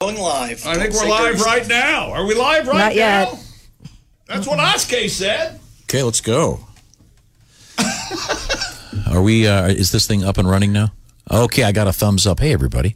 going live. I think we're live right now. Are we live right now? Not yet. That's what Oskay said. Okay, let's go. Are we? Uh, is this thing up and running now? Okay, I got a thumbs up. Hey, everybody.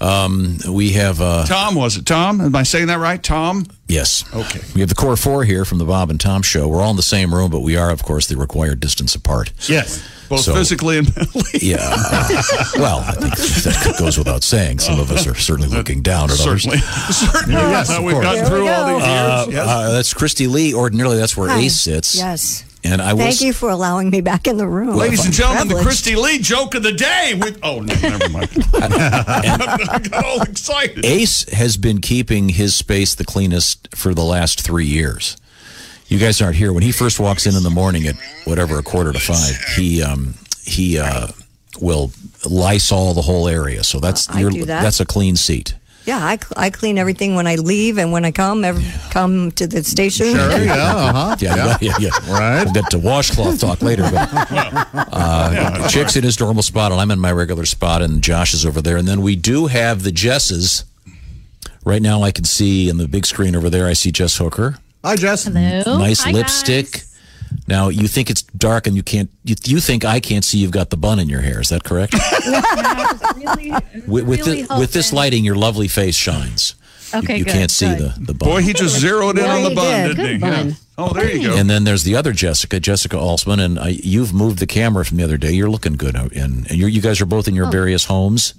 Um, we have uh, Tom was it? Tom? Am I saying that right? Tom? yes. Okay. We have the core four here from the Bob and Tom show. We're all in the same room, but we are, of course, the required distance apart. Yes. Both So- physically and mentally. Yeah. uh, well, I think that goes without saying. Some of us are certainly looking down at others. Certainly. Certainly. Yes, Now of we've course. gotten There we through all go. these Uh, years. Yes. uh, that's Christy Lee. Ordinarily, that's where Hi. Ace sits. Yes. And I will. Thank you for allowing me back in the room. Ladies and It's a gentlemen, the privilege. Christy Lee joke of the day. With, oh, no, never mind. I got all excited. Ace has been keeping his space the cleanest for the last three years. You guys aren't here. When he first walks in in the morning at whatever a quarter to five, he um, he uh, will Lysol the whole area. So that's I do that. that's a clean seat. Yeah, I, cl- I clean everything when I leave and when I come ev- come to the station. Sure, yeah, Oh. uh-huh. Yeah, yeah, yeah. yeah. Right. We'll get to washcloth talk later. But, uh, Chick's in his normal spot, and I'm in my regular spot, and Josh is over there. And then we do have the Jesses. Right now, I can see in the big screen over there, I see Jess Hooker. Hi, Jess. Hello. nice Oh, Hi, lipstick. guys. Now you think it's dark and you can't. You, you think I can't see you've got the bun in your hair. Is that correct? Really, with, with, really thi- with this hoping- lighting, your lovely face shines. You- Okay, you, good, can't see good. the the bun. Boy, he just zeroed in Yeah, on the he bun, did. didn't he? Good bun. Yeah. Oh, there you go. and then there's the other Jessica, Jessica Alsman, and I, you've moved the camera from the other day. You're looking good, and and you're, you guys are both in your various homes.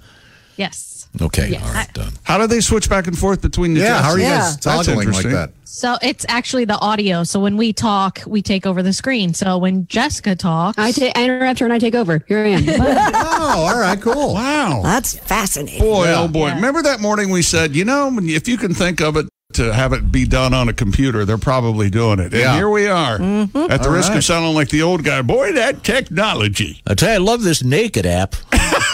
Yes. Okay, Oh. Yes. all right, done. How do they switch back and forth between the Yeah, how are you Yeah. guys toggling like that? So it's actually the audio. So when we talk, we take over the screen. So when Jessica talks, I, ta- I interrupt her and I take over. Here I am. Oh, all right, cool. Wow. That's fascinating. Boy, oh boy. Remember that morning we said, you know, when- if you can think of it to have it be done on a computer, they're probably doing it. Yeah. And here we are at the risk of sounding like the old guy. Boy, that technology. I tell you, I love this naked app.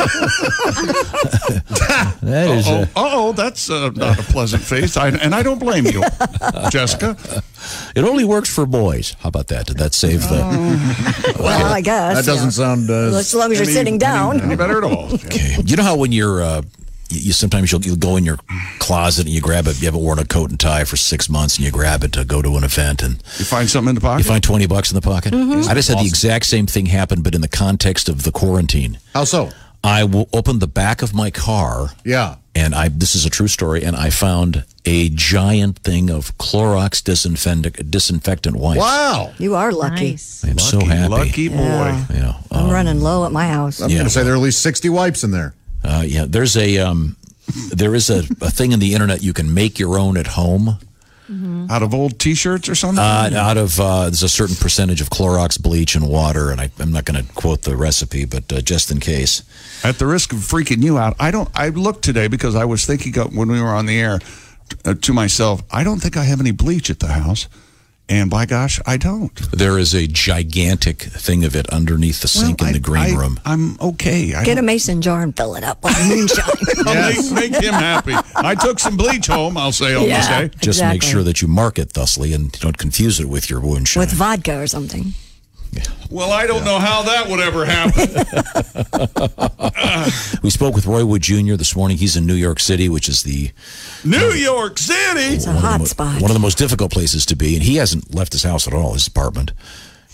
that is. Oh, Uh, oh, that's uh, not a pleasant face. I, and I don't blame you, Jessica. it only works for boys. How about that? Did that save the? Oh. well, I guess. That doesn't sound uh, As long as you're any- sitting any- down. Any better at all? Okay. You know how when you're, uh, you, you sometimes you'll, you'll go in your closet and you grab it. You haven't worn a coat and tie for six months, and you grab it to go to an event, and You find something in the you pocket? find twenty bucks in the pocket. Mm-hmm. I just had the exact same thing happen, but in the context of the quarantine. How so? I w- opened the back of my car, Yeah. and I this is a true story, and I found a giant thing of Clorox disinfectant disinfectant wipes. Wow. You are lucky. nice. I'm so happy. Lucky boy. You know, I'm running low at my house. I'm going to say there are at least 60 wipes in there. Uh, yeah, there's a um, there is a, a thing in the internet you can make your own at home Out of old t shirts or something? uh, out of uh, there's a certain percentage of Clorox bleach and water, and I, I'm not going to quote the recipe, but uh, just in case. At the risk of freaking you out, I don't. I looked today because I was thinking of when we were on the air uh, to myself. I don't think I have any bleach at the house, and by gosh, I don't. There is a gigantic thing of it underneath the sink Well, in the I- green I- room. I'm okay. I Get a don't- mason jar and fill it up with moonshine. I'll make, make him happy. I took some bleach home. I'll say on Yeah. this day. Just make Exactly. sure that you mark it thusly and don't confuse it with your wound shine. with vodka or something. Well, I don't know how that would ever happen. we spoke with Roy Wood Jr. this morning. He's in New York City, which is the New York City. It's a hot spot. one of the most difficult places to be, and he hasn't left his house at all, his apartment.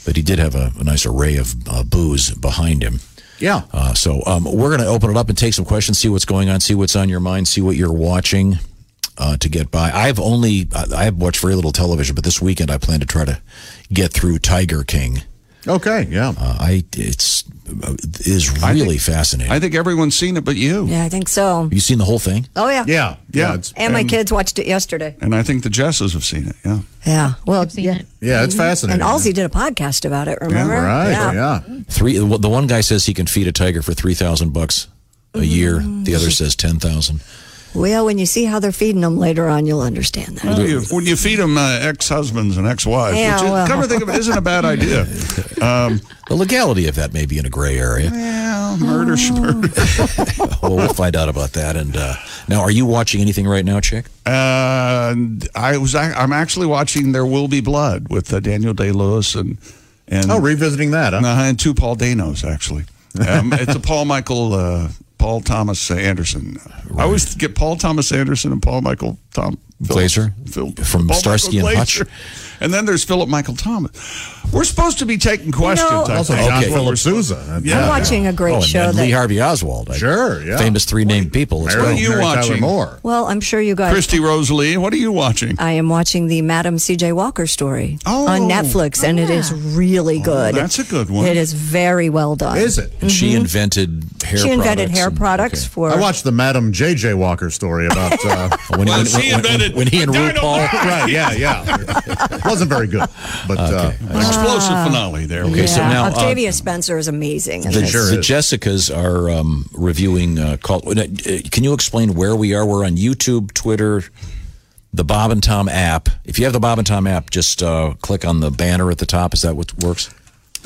But he did have a, a nice array of uh, booze behind him. Yeah. Uh, so um, we're going to open it up and take some questions, see what's going on, see what's on your mind, see what you're watching uh, to get by. I've only I, I've watched very little television, but this weekend I plan to try to get through Tiger King. Okay, yeah. Uh, I it's it is really fascinating. I think everyone's seen it, but you. Yeah, I think so. Have you seen the whole thing? Oh yeah. yeah. Yeah. It's, And my kids watched it yesterday. And I think the Jesses have seen it. Yeah. Yeah. Well, I've seen yeah. it. yeah, it's And fascinating. Halsey did a podcast about it. Remember? Right, yeah. Three. The one guy says he can feed a tiger for three thousand bucks a year. The other says ten thousand. Well, when you see how they're feeding them later on, you'll understand that. Well, you- when you feed them uh, ex-husbands and ex-wives, Oh. Yeah, which is, well. come to think of it, isn't a bad idea. Um, The legality of that may be in a gray area. well, murder, murder. well, we'll find out about that. And uh, now, are you watching anything right now, Chick? Uh, I was. ac- I'm actually watching "There Will Be Blood" with uh, Daniel Day Lewis and and Oh, Oh, revisiting that. Huh? uh, and two Paul Danos actually. Um, it's a Paul Michael uh, Paul Thomas Anderson. I always get Paul Thomas Anderson and Paul Michael Tom Phillips. Glaser? Phil- From Starsky and Hutch? And then there's Philip Michael Thomas. We're supposed to be taking questions. I Also, think. John Okay. Philip Sousa. uh, I'm watching a great oh, and, show. and that, Lee Harvey Oswald. I- Sure, yeah. Famous three named people. as Mary, What well. are you Mary Tyler watching? Moore. well, I'm sure you guys. Christy Rosalie, what are you watching? I am watching the Madam C.J. Walker story Oh. on Netflix, and it Oh, is really good. that's a good one. It is very well done. Is it? And she invented hair Mm-hmm. She invented products hair and- products okay. for. I watched the Madam J.J. Walker story about. Uh, When, he- Well, when- she when- invented when he and the RuPaul. dynamite. right, yeah, yeah. Wasn't very good. But uh, An explosive finale there. Ah. Okay, so now uh, Octavia Spencer is amazing. in the, this. sure the is. Jessicas are um, reviewing. Uh, call, uh, can you explain where we are? We're on YouTube, Twitter, the Bob and Tom app. If you have the Bob and Tom app, just uh, click on the banner at the top. Is that what works?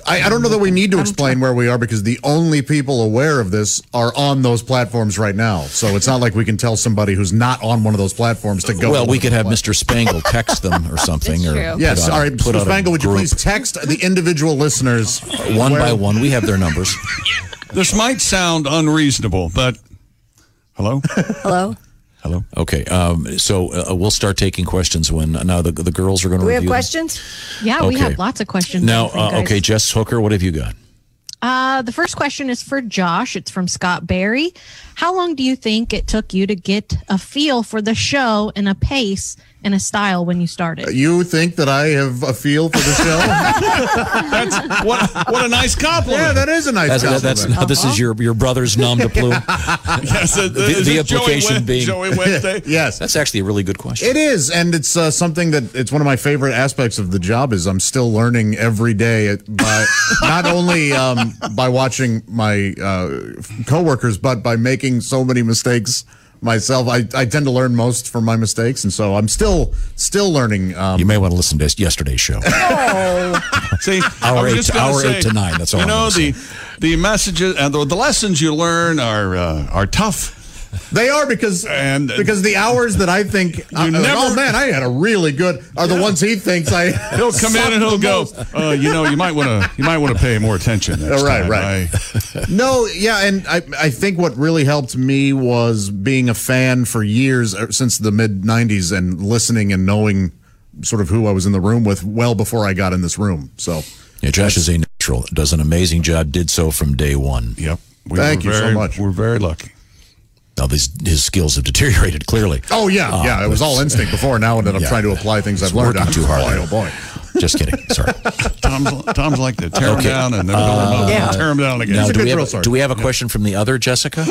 I, I don't know that we need to explain where we are because the only people aware of this are on those platforms right now. So it's not like we can tell somebody who's not on one of those platforms to go. well, to we one could of have those Mr. Spangle text them or something. That's or true. put Yes, out a- all right. put out Mr. a Spangle, would you group. please text the individual listeners one where- by one? We have their numbers. This might sound unreasonable, but hello? Hello. Hello. Okay. Um, so uh, we'll start taking questions when uh, now the, the girls are going to Do we review. have them. questions? Yeah, we Okay. have lots of questions. Now, from uh, guys. okay, Jess Hooker, what have you got? Uh, the first question is for Josh. It's from Scott Barry. How long do you think it took you to get a feel for the show and a pace and a style when you Uh, started? You think that I have a feel for the show? What, what a nice compliment. yeah, that is a nice That's, that, compliment. that's now, this Uh-huh. is your your brother's nom de plume. Yes, uh, The- is the it Joey implication Wed- being- Joey Wednesday. yes. That's actually a really good question. It is, and it's uh, something that it's one of my favorite aspects of the job. Is I'm still learning every day at- by not only um, by watching my uh, coworkers, but by making so many mistakes myself. I, I tend to learn most from my mistakes, and so I'm still still learning. Um, You may want to listen to yesterday's show. See, Hour I was eight- just gonna hour say, eight to nine, that's all You I'm know gonna the the messages and the, the lessons you learn are uh, are tough. They are because And- because the hours that I think I- I'm like, never- oh man, I had a really good are the ones he thinks I He'll come in and he'll go. Uh, you know, you might want to you might want to pay more attention. Next Oh, right, time. right. I- No, yeah, and I I think what really helped me was being a fan for years uh, since the mid '90s and listening and knowing sort of who I was in the room with well before I got in this room. So Yeah, Josh is a natural. Does an amazing job. Did so from day one. yep. We Thank were you so very- much. We're very lucky. Now these, his skills have deteriorated clearly. oh yeah, Ah, yeah, it was but all instinct before now, and then I'm Yeah. trying to apply things It's I've learned. working I'm- too hard. Boy, oh boy. Just kidding. Sorry. Tom's Tom's like to tear 'em Okay. Uh, down and then build 'em up Yeah. and tear him down again. now, a do good we, drill have, sergeant. do we have a question from the other Jessica?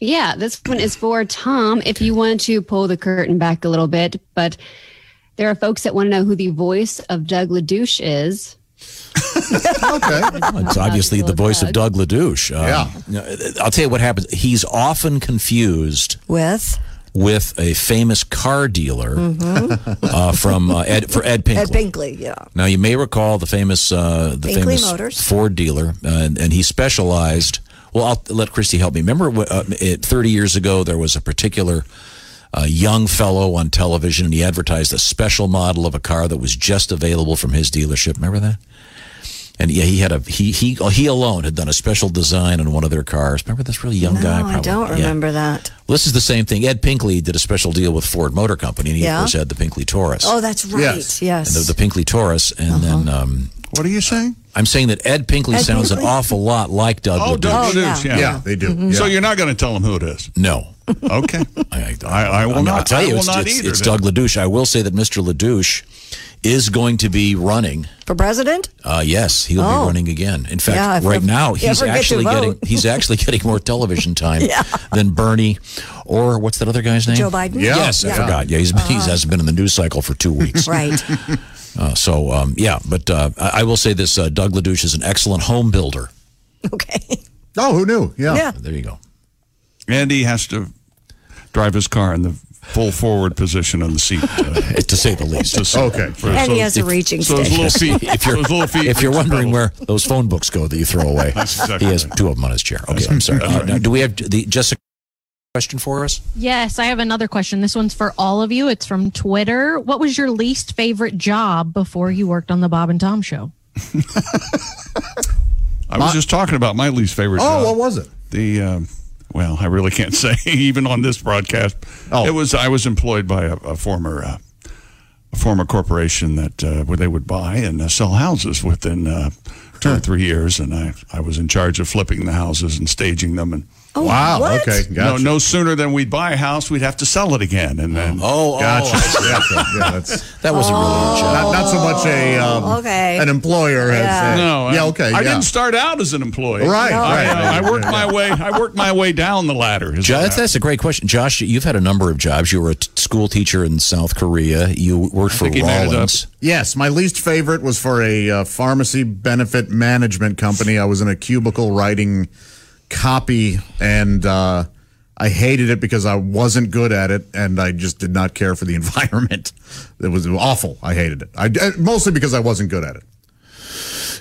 Yeah, this one is for Tom. If you wanted to pull the curtain back a little bit, but there are folks that want to know who the voice of Doug LaDouche is. Okay. Well, it's obviously the voice of Doug LaDouche. Um, yeah. I'll tell you what happens. He's often confused With with a famous car dealer uh, from uh, Ed, for Ed Pinkley. Mm-hmm. Ed Binkley. Yeah. Now you may recall the famous uh, the Binkley famous Motors. Ford dealer, uh, and, and he specialized. Well, I'll let Christy help me. Remember, wh- uh, it, thirty years ago, there was a particular uh, young fellow on television, and he advertised a special model of a car that was just available from his dealership. Remember that? And yeah, he had a he he he alone had done a special design on one of their cars. Remember this really young No, guy? I don't Yeah. remember that. Well, this is the same thing. Ed Pinkley did a special deal with Ford Motor Company, and he Yeah. of course had the Pinkley Taurus. Oh, that's right. Yes. Yes. Uh-huh. and the, the Pinkley Taurus, and then um, What are you saying? I'm saying that Ed Pinkley Ed sounds an Pinkley? awful lot like Doug. Oh, LaDuke. Doug Oh, LaDuce, yeah. yeah. Yeah, they do. Mm-hmm. Yeah. So you're not going to tell him who it is. No. Okay. I, I- I will I'm- not- I'll tell I you, will it's, not it's, either, it's then. Doug LaDouche. I will say that Mr. LaDouche is going to be running. For president? Uh, yes, he'll Oh. be running again. In fact, Yeah, if right you now ever he's get to actually getting vote. he's actually getting more television time than Bernie or what's that other guy's name? Joe Biden? Uh-huh. Yeah. Yes, I Yeah. forgot. Yeah, he's, he's hasn't been in the news cycle for two weeks. Right. Uh, so um, yeah, but uh, I, I will say this: uh, Doug LaDouche is an excellent home builder. Okay. Oh, who knew? Yeah. Yeah. There you go. Andy has to drive his car in the full forward position on the seat. uh, to say the least. to sit. Okay. For- And he has a if- reaching So stick. his little feet. if you're so his little feet if you're reach wondering trouble. where those phone books go that you throw away, exactly he has right. two of them on his chair. Okay, I'm sorry. Uh, now, do we have the Jessica question for us? Yes, I have another question. This one's for all of you. It's from Twitter. What was your least favorite job before you worked on the Bob and Tom show? I was just talking about my least favorite. Oh, job. what was it? the um, Well, I really can't say even on this broadcast. Oh. It was I was employed by a, a former uh, a former corporation that uh, where they would buy and uh, sell houses within uh, two or three years, and I I was in charge of flipping the houses and staging them and. Oh, wow. what? Okay. Gotcha. No, no sooner than we'd buy a house, we'd have to sell it again, and then Oh, Gotcha. oh yeah, okay. yeah, that's that wasn't really Oh. a job. not, not so much a um, okay. an employer as Yeah. a- No, yeah, I- okay, I yeah. didn't start out as an employee. Right, No. right. I, I worked my way. I worked my way down the ladder. is Josh, what that's, that's a great question, Josh. You've had a number of jobs. You were a t- school teacher in South Korea. You worked for think he made it up. Rollins. Yes, my least favorite was for a uh, pharmacy benefit management company. I was in a cubicle writing copy, and uh, I hated it because I wasn't good at it, and I just did not care for the environment. It was awful. I hated it. I, uh, mostly because I wasn't good at it.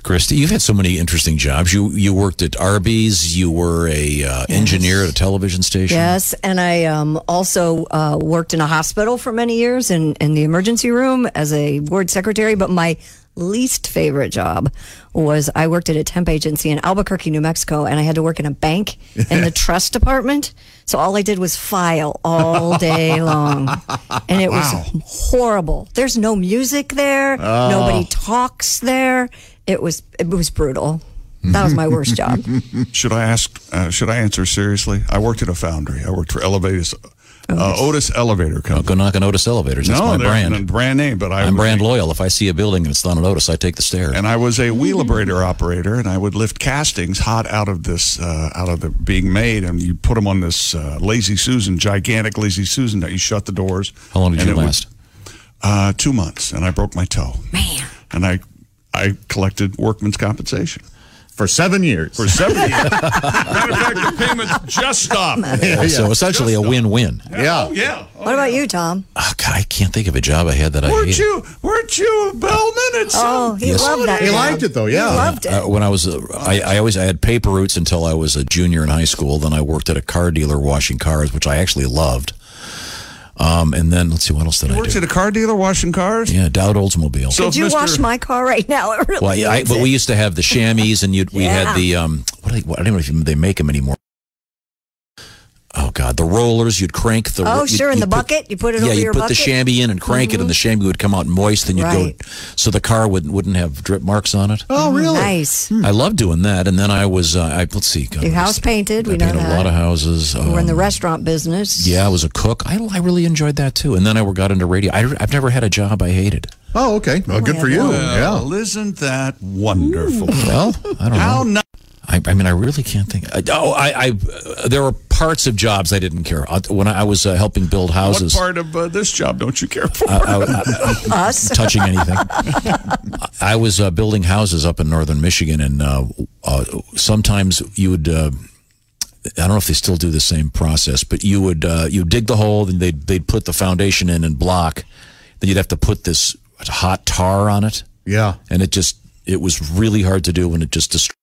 Christy, you've had so many interesting jobs. You you worked at Arby's. You were a uh, engineer at a television station. Yes, and I um, also uh, worked in a hospital for many years in, in the emergency room as a ward secretary. But my least favorite job was I worked at a temp agency in Albuquerque, New Mexico, and I had to work in a bank in the trust department. So all I did was file all day long, and it was horrible. There's no music there. Nobody talks there. It was it was brutal. That was my worst job. Should I ask? Uh, should I answer seriously? I worked at a foundry. I worked for Elevators, uh, Otis Elevator Go Company. knock on Otis Elevators. Oh, That's my they're brand. a brand name, but I I'm was brand a- loyal. If I see a building and it's not an Otis, I take the stairs. And I was a wheel abrader operator, and I would lift castings hot out of this, uh, out of the being made, and you put them on this uh, lazy Susan, gigantic lazy Susan. That you shut the doors. How long did and you it would- last? uh, two months, and I broke my toe. Man. And I, I collected workman's compensation. For seven years. for seventy. Matter of fact, the payments just stopped. Yeah, So essentially a win-win. yeah. Oh, yeah. Oh, What about you, Tom? Oh, God, I can't think of a job I had that I Weren't hated. you? Weren't you a bellman at Oh, some? he loved that. He job. liked it, though, yeah. he loved it. Uh, when I was, uh, I, I always I had paper routes until I was a junior in high school. Then I worked at a car dealer washing cars, which I actually loved. Um, and then let's see what else did I Worked do? at a car dealer washing cars. yeah, Dowd Oldsmobile. So Could you Mr. wash my car right now? It really well, yeah, I, needs but it. we used to have the chamois, and you'd, we had Yeah. the um, what, do they- what I don't know if they make them anymore. Oh God, the rollers. You'd crank the. Oh, you'd- sure, in you'd the put- bucket? You put it yeah, over you'd your put bucket? Mm-hmm. the chamois in and crank it, and the chamois would come out moist, and you'd Right. go. So the car wouldn't wouldn't have drip marks on it. Oh, really? Nice. I love doing that. And then I was, uh, I let's see, God, Your I Hmm. house was- painted, we I know painted a that. lot of houses. We're in the um, restaurant business. Yeah, I was a cook. I, I really enjoyed that too. And then I got into radio. I, have never had a job I hated. Oh, okay. Well, good for you. Yeah. Well, isn't that wonderful? Well, I don't How know. ni- I, I mean, I really can't think. I, oh, I, I uh, there were parts of jobs I didn't care. I, when I was uh, helping build What houses, part of uh, this job don't you care for? I- I- Us. touching anything. I was uh, building houses up in northern Michigan, and uh, uh, sometimes you would. Uh, I don't know if they still do the same process, but you would uh, you dig the hole, and they'd they'd put the foundation in and block. Then you'd have to put this hot tar on it, Yeah. and it just it was really hard to do when it just destroyed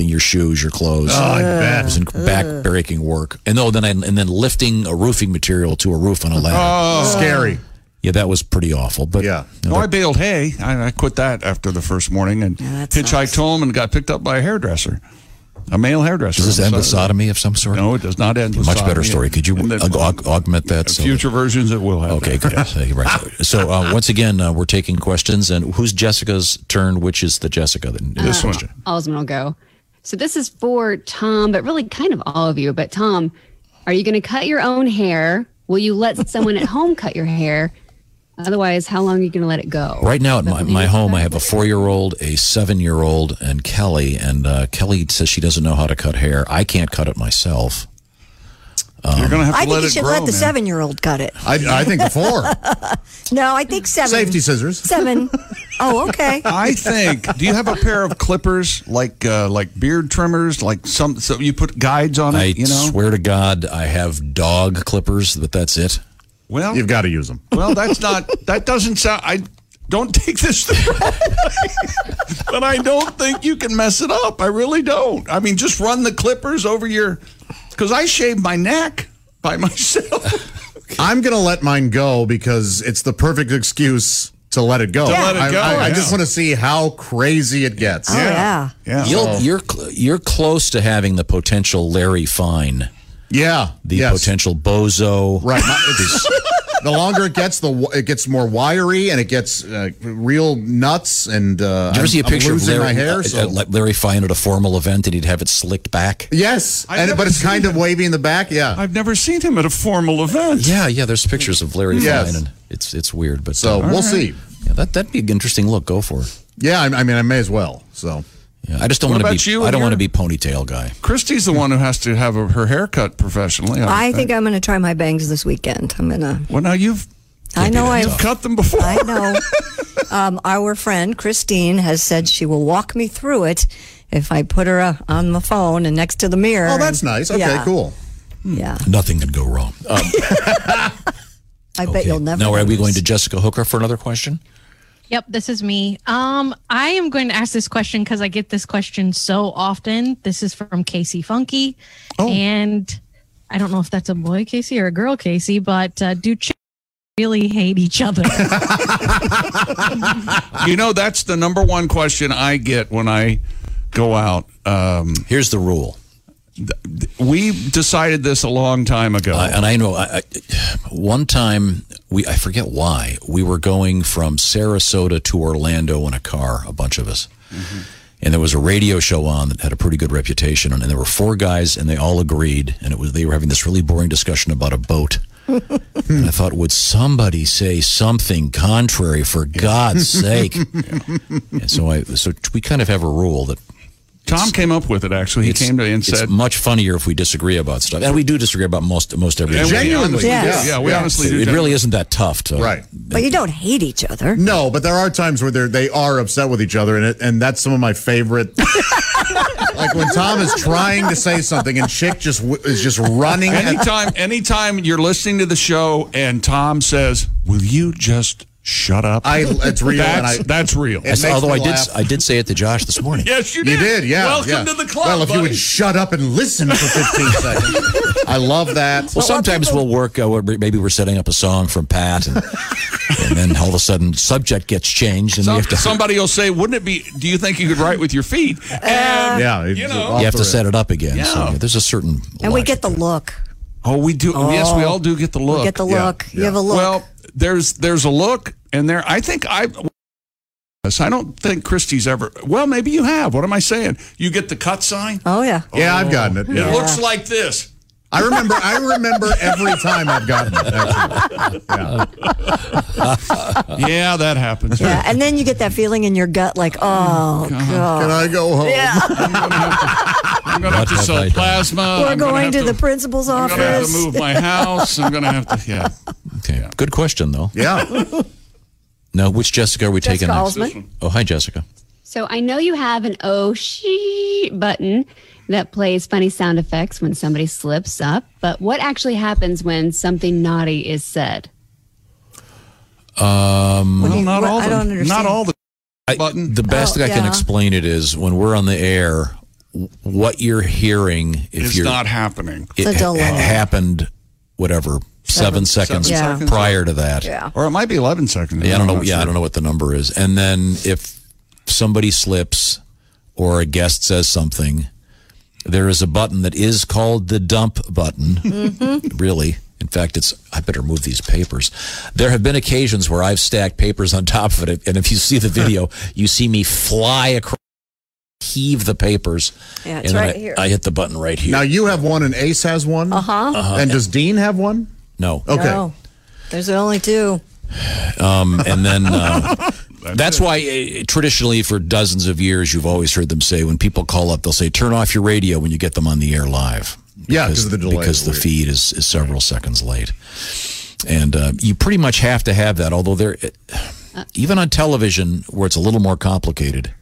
your shoes, your clothes. Oh, I It was bet. in back-breaking work, and oh, then I, and then lifting a roofing material to a roof on a ladder. Scary. Yeah, that was pretty awful. But Yeah. Oh, No, I baled hay. I, I quit that after the first morning and that hitchhiked home and got picked up by a hairdresser, a male hairdresser. does this I'm end with sorry. sodomy of some sort? No, it does not end with Much better sodomy. story. Could you And then- aug- aug- augment that? so- Future versions, it will have. Okay, good. Thank you, right. So uh, once again, uh, we're taking questions, and who's Jessica's turn? Which is the Jessica? That, This one. Osmond will go. So this is for Tom, but really kind of all of you. But Tom, are you going to cut your own hair? Will you let someone at home cut your hair? Otherwise, how long are you going to let it go? Right now at my, my home, I have a four-year-old, a seven-year-old, and Kelly. And uh, Kelly says she doesn't know how to cut hair. I can't cut it myself. You're going to have to I let think you it should grow, let the man. seven-year-old cut it. I, I think the four. No, I think seven. Safety scissors. Seven. Oh, okay. I think. Do you have a pair of clippers like uh, like beard trimmers, like some? So you put guides on it. I you know. swear to God, I have dog clippers, but that's it. well, You've got to use them. well, that's not. That doesn't sound. I don't take this the wrong way, but I don't think you can mess it up. I really don't. I mean, just run the clippers over your. Because I shaved my neck by myself. I'm gonna let mine go because it's the perfect excuse to let it go. To let it I- go, I, I yeah. just want to see how crazy it gets. Oh, yeah. Yeah. You'll, you're cl- you're close to having the potential Larry Fine Yeah. the yes. potential bozo. Right. Not- it's- the longer it gets, the wi- it gets more wiry and it gets uh, real nuts. And uh, Did you ever I'm- see a I'm picture of losing Larry, my hair? uh, so- uh, Larry Fine at a formal event and he'd have it slicked back? yes, I've and, never but it's kind seen of wavy in the back. Yeah. I've never seen him at a formal event. Yeah, yeah. There's pictures of Larry Yes. Fine and it's it's weird, but so uh, we'll see. yeah, that that'd be an interesting look. Go for it. Yeah. I, I mean, I may as well. So Yeah, I just don't What want to about be. you I and don't want to be your- ponytail guy. Christy's the one who has to have her hair cut professionally. I think I'm going to try my bangs this weekend. I'm going to. Well, now you've I know I. you've cut them before. I know. Um, our friend Christine has said she will walk me through it if I put her uh, on the phone and next to the mirror. oh, that's and- nice. Okay, yeah, cool. Yeah, Nothing can go wrong. Um, I bet okay. you'll never. Now, are we notice. going to Jessica Hooker for another question? Yep, this is me. Um, I am going to ask this question because I get this question so often. This is from Casey Funky, Oh. and I don't know if that's a boy Casey or a girl Casey, but uh, do chicks really hate each other? You know, that's the number one question I get when I go out. Um, Here's the rule, we decided this a long time ago. I, and I know. I, I, one time, we I forget why we were going from Sarasota to Orlando in a car, a bunch of us, Mm-hmm. and there was a radio show on that had a pretty good reputation, and, there were four guys, and they all agreed, and it was they were having this really boring discussion about a boat. and I thought, would somebody say something contrary for God's sake? And so I, so we kind of have a rule that Tom came up with it, actually. He it's- came to me and it's said, much funnier if we disagree about stuff, and we do disagree about most most everything. And we Genuinely, honestly do. yes. Yeah, we Yeah. honestly do. It really isn't that tough, to, Right. But you don't hate each other. No, but there are times where they're, they are upset with each other, and it, and that's some of my favorite. like when Tom is trying to say something, and Chick just w- is just running. At, anytime, anytime you're listening to the show and Tom says, "Will you just shut up?" I it's real. and I, that's, that's real. It makes although me I did, laugh. I did say it to Josh this morning. yes, you You did. did, yeah. Welcome yeah. to the club. Well, if you buddy. would shut up and listen for 15 seconds, I love that. Well, sometimes we'll work. Uh, we're- maybe we're setting up a song from Pat, and, and then all of a sudden, subject gets changed, and Some- you have to somebody will say, "Wouldn't it be? Do you think you could write with your feet?" Uh, And, yeah, it's you know. off you have the to set it up again. So Yeah. yeah, there's a certain And we logic. get the look. Oh, we do. yes, we all do get the look. Oh, We get the Yeah, look. You yeah. have a look. Well, there's there's a look, and there. I think I. Yes, I don't think Christie's ever. Well, maybe you have. What am I saying? You get the cut sign. oh yeah. Yeah, I've gotten it. It Yeah. looks like this. I remember. I remember every time I've gotten it. Actually. Yeah. yeah, that happens. Yeah, and then you get that feeling in your gut, like, oh Can god, I go home? yeah, I'm gonna have to What have I sell done? plasma. we're I'm gonna going have to the principal's I'm gonna have to office. move my house. I'm gonna have to. Yeah. Okay. Good question, though. Yeah. Now, which Jessica are we Jessica taking next? Alsman. Oh, hi, Jessica. So I know you have an oh she button that plays funny sound effects when somebody slips up, but what actually happens when something naughty is said? What do Well, you- not what- all. I don't the, understand. not all the I- button. the best Oh, I can yeah. explain it is when we're on the air, w- what you're hearing if is you're not happening. it It's a ha- delay. happened whatever seven, seconds Seven Yeah. seconds. prior to that. Yeah. Or it might be 11 seconds. Yeah, I don't know. Yeah, I sure. don't know what the number is. And then if somebody slips or a guest says something, there is a button that is called the dump button. Mm-hmm. Really. In fact, it's. I better move these papers. There have been occasions where I've stacked papers on top of it, and if you see the video, you see me fly across, heave the papers, Yeah, it's and then right I, here. I hit the button right here. Now you have one, and Ace has one. Uh huh. And does Dean have one? no, Okay. Uh-huh. No, there's only two. and then uh, that's, why uh, traditionally for dozens of years you've always heard them say when people call up they'll say turn off your radio when you get them on the air live Yeah, 'cause of the delay because is the weird. feed is, is several seconds late and uh, you pretty much have to have that although there uh, even on television where it's a little more complicated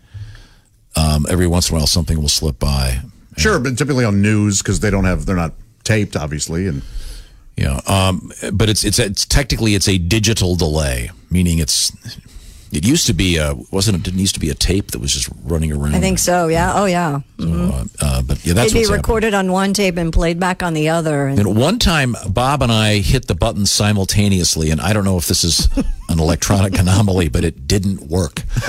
um, every once in a while something will slip by Sure, but typically on news because they don't have. They're not taped, obviously, and you know um, but it's, it's it's technically it's a digital delay meaning it's It used to be a wasn't it? Didn't used to be a tape that was just running around. I think so. Yeah. Oh, yeah. So, uh, uh, but yeah, that's It'd what's be happening. recorded on one tape and played back on the other. And, And one time, Bob and I hit the button simultaneously, and I don't know if this is an electronic anomaly, but it didn't work.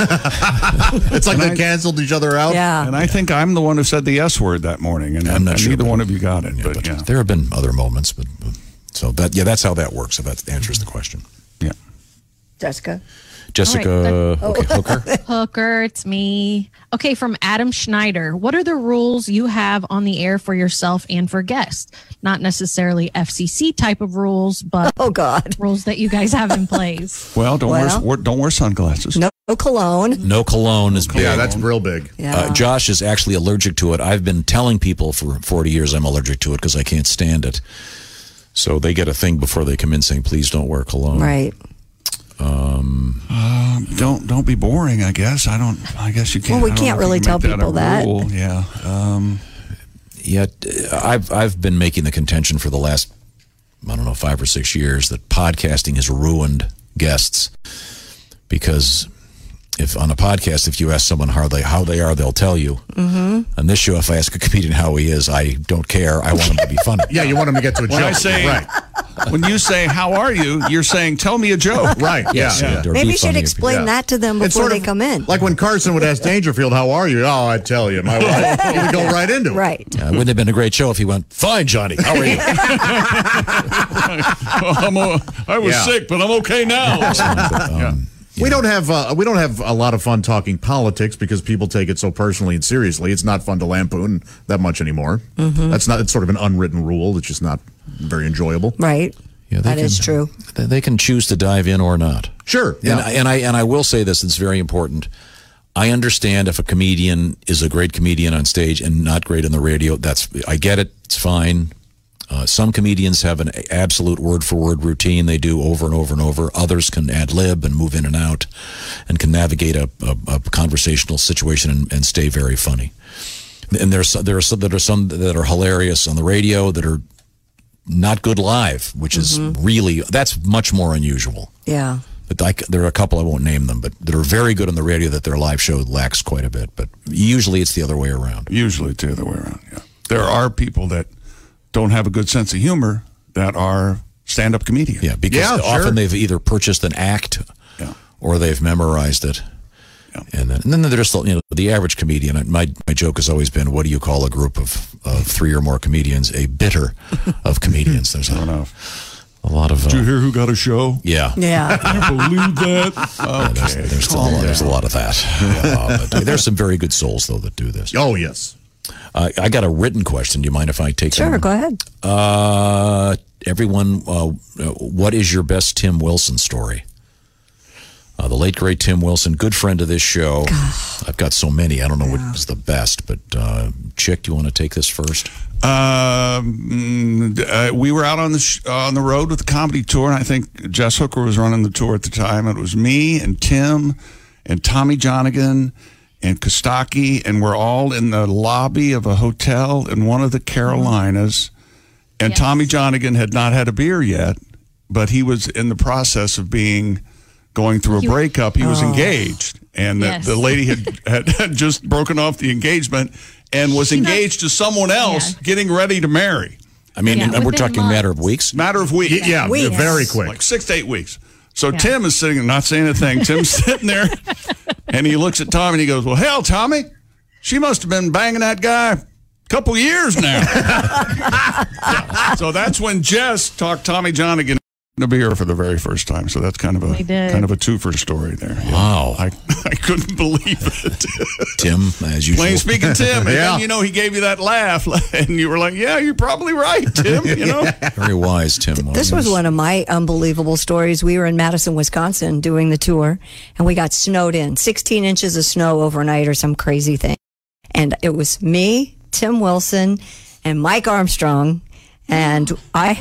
It's like they canceled each other out. yeah. And I think I'm the one who said the S word that morning, and I'm not and sure Neither about one that. of you got it, Yeah, but, but yeah, there have been other moments, but but- so that yeah, that's how that works. If that answers the question, yeah. Jessica. oh. Jessica okay, Hooker. Hooker, it's me. Okay, from Adam Schneider. What are the rules you have on the air for yourself and for guests? Not necessarily FCC type of rules, but Oh, God. rules that you guys have in place. Well, don't Well. wear wear don't wear sunglasses. No cologne. No cologne is big. Yeah, that's real big. Yeah. Uh, Josh is actually allergic to it. I've been telling people for 40 years I'm allergic to it because I can't stand it. So they get a thing before they come in saying, please don't wear cologne. right. Don't don't be boring. I guess I don't. I guess you can't. Well, we I don't can't know if really you can tell make people that. a rule. Yeah. Um, Yet uh, I've, I've been making the contention for the last, I don't know, five or six years that podcasting has ruined guests because if on a podcast, if you ask someone how they, how they are, they'll tell you. Mm-hmm. On this show, if I ask a comedian how he is, I don't care. I want him to be funny. Yeah, you want them to get to a joke. when I say right, when you say how are you, you're saying tell me a joke. right, Yes, yeah. yeah, or Maybe be you should funny. explain Yeah. that to them It's before sort they of come in. Like when Carson would ask Dangerfield, "How are you?" Oh, I tell you, my wife. He would go right into it. right. Yeah, Uh, it wouldn't have been a great show if he went, fine, Johnny, how are you? I'm a, I was Yeah. sick, but I'm okay now. We don't have uh, we don't have a lot of fun talking politics because people take it so personally and seriously. It's not fun to lampoon that much anymore. That's not. It's sort of an unwritten rule. That's just not very enjoyable. Right. Yeah, they That is can- true. They- They can choose to dive in or not. Sure. And, I- and I and I will say this: it's very important. I understand if a comedian is a great comedian on stage and not great on the radio. That's I get it. It's fine. Uh, some comedians have an absolute word for word routine they do over and over and over. Others can ad lib and move in and out, and can navigate a, a, a conversational situation and, and stay very funny. And there's there are some that are some that are hilarious on the radio that are not good live, which is really that's much more unusual. Yeah. But I, there are a couple I won't name them, but that are very good on the radio that their live show lacks quite a bit. But usually it's the other way around. Usually it's the other way around. Yeah. There are people that don't have a good sense of humor that are stand-up comedians. Yeah, because Yeah, often sure. they've either purchased an act Yeah. or they've memorized it. Yeah. And then, and then they're just you know the average comedian. My my joke has always been, what do you call a group of, of three or more comedians? A bitter of comedians. There's a, Enough. a lot of Did you uh, hear who got a show? yeah. Yeah. You believe that? There's, there's, still a lot, there's a lot of that. Uh, but there's some very good souls though that do this. Oh yes. Uh, I got a written question. Do you mind if I take? that sure. one? Go ahead. Uh, everyone, uh, what is your best Tim Wilson story? Uh, the late great Tim Wilson, good friend of this show. I've got so many. I don't know what is the best, but uh, Chick, do you want to take this first? Um, uh, we were out on the sh- on the road with the comedy tour, and I think Jess Hooker was running the tour at the time. It was me and Tim and Tommy Jonigan and Kostaki, and we're all in the lobby of a hotel in one of Mm-hmm. the Carolinas. And Tommy Jonigan had not had a beer yet, but he was in the process of being going through a breakup. He was engaged, and the, Oh. Yes. the lady had, had, had just broken off the engagement and was engaged to someone else Yeah. getting ready to marry. I mean, Yeah, and we're within talking matter of months. weeks. Matter of weeks. Y- yeah. Weeks. Very quick. Like six to eight weeks. So Tim is sitting, not saying a thing. Tim's sitting there and he looks at Tom and he goes, Well, hell, Tommy, she must have been banging that guy a couple years now. Yeah. So that's when Jess talked Tommy Jonigan to beer for the very first time. So that's kind of a We did. kind of a twofer story there. Yeah. Wow. I, I couldn't believe it. Tim, as usual. Plain speaking, Tim. And Yeah. then, you know, he gave you that laugh, and you were like, "Yeah, you're probably right, Tim." You know, Very wise, Tim. This was one of my unbelievable stories. We were in Madison, Wisconsin doing the tour and we got snowed in 16 inches of snow overnight or some crazy thing. And it was me, Tim Wilson, and Mike Armstrong. And I,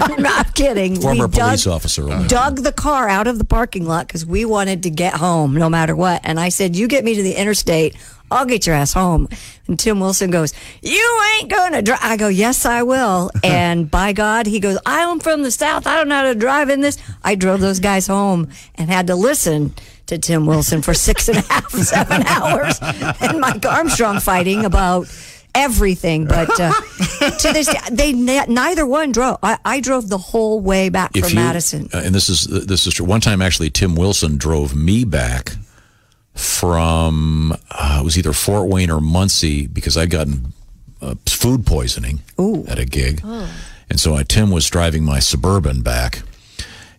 I'm not kidding. Former we dug, police officer. Dug the car out of the parking lot because we wanted to get home no matter what. And I said, You get me to the interstate, I'll get your ass home. And Tim Wilson goes, You ain't going to drive. I go, Yes, I will. and by God, he goes, I'm from the South. I don't know how to drive in this. I drove those guys home and had to listen to Tim Wilson for six and a half, seven hours, and Mike Armstrong fighting about everything. But uh, to this, day, they ne- neither one drove. I, I drove the whole way back If from you- Madison. uh, and this is this is true. One time, actually, Tim Wilson drove me back from uh, it was either Fort Wayne or Muncie because I'd gotten uh, food poisoning at a gig, Oh. and so I, Tim was driving my suburban back.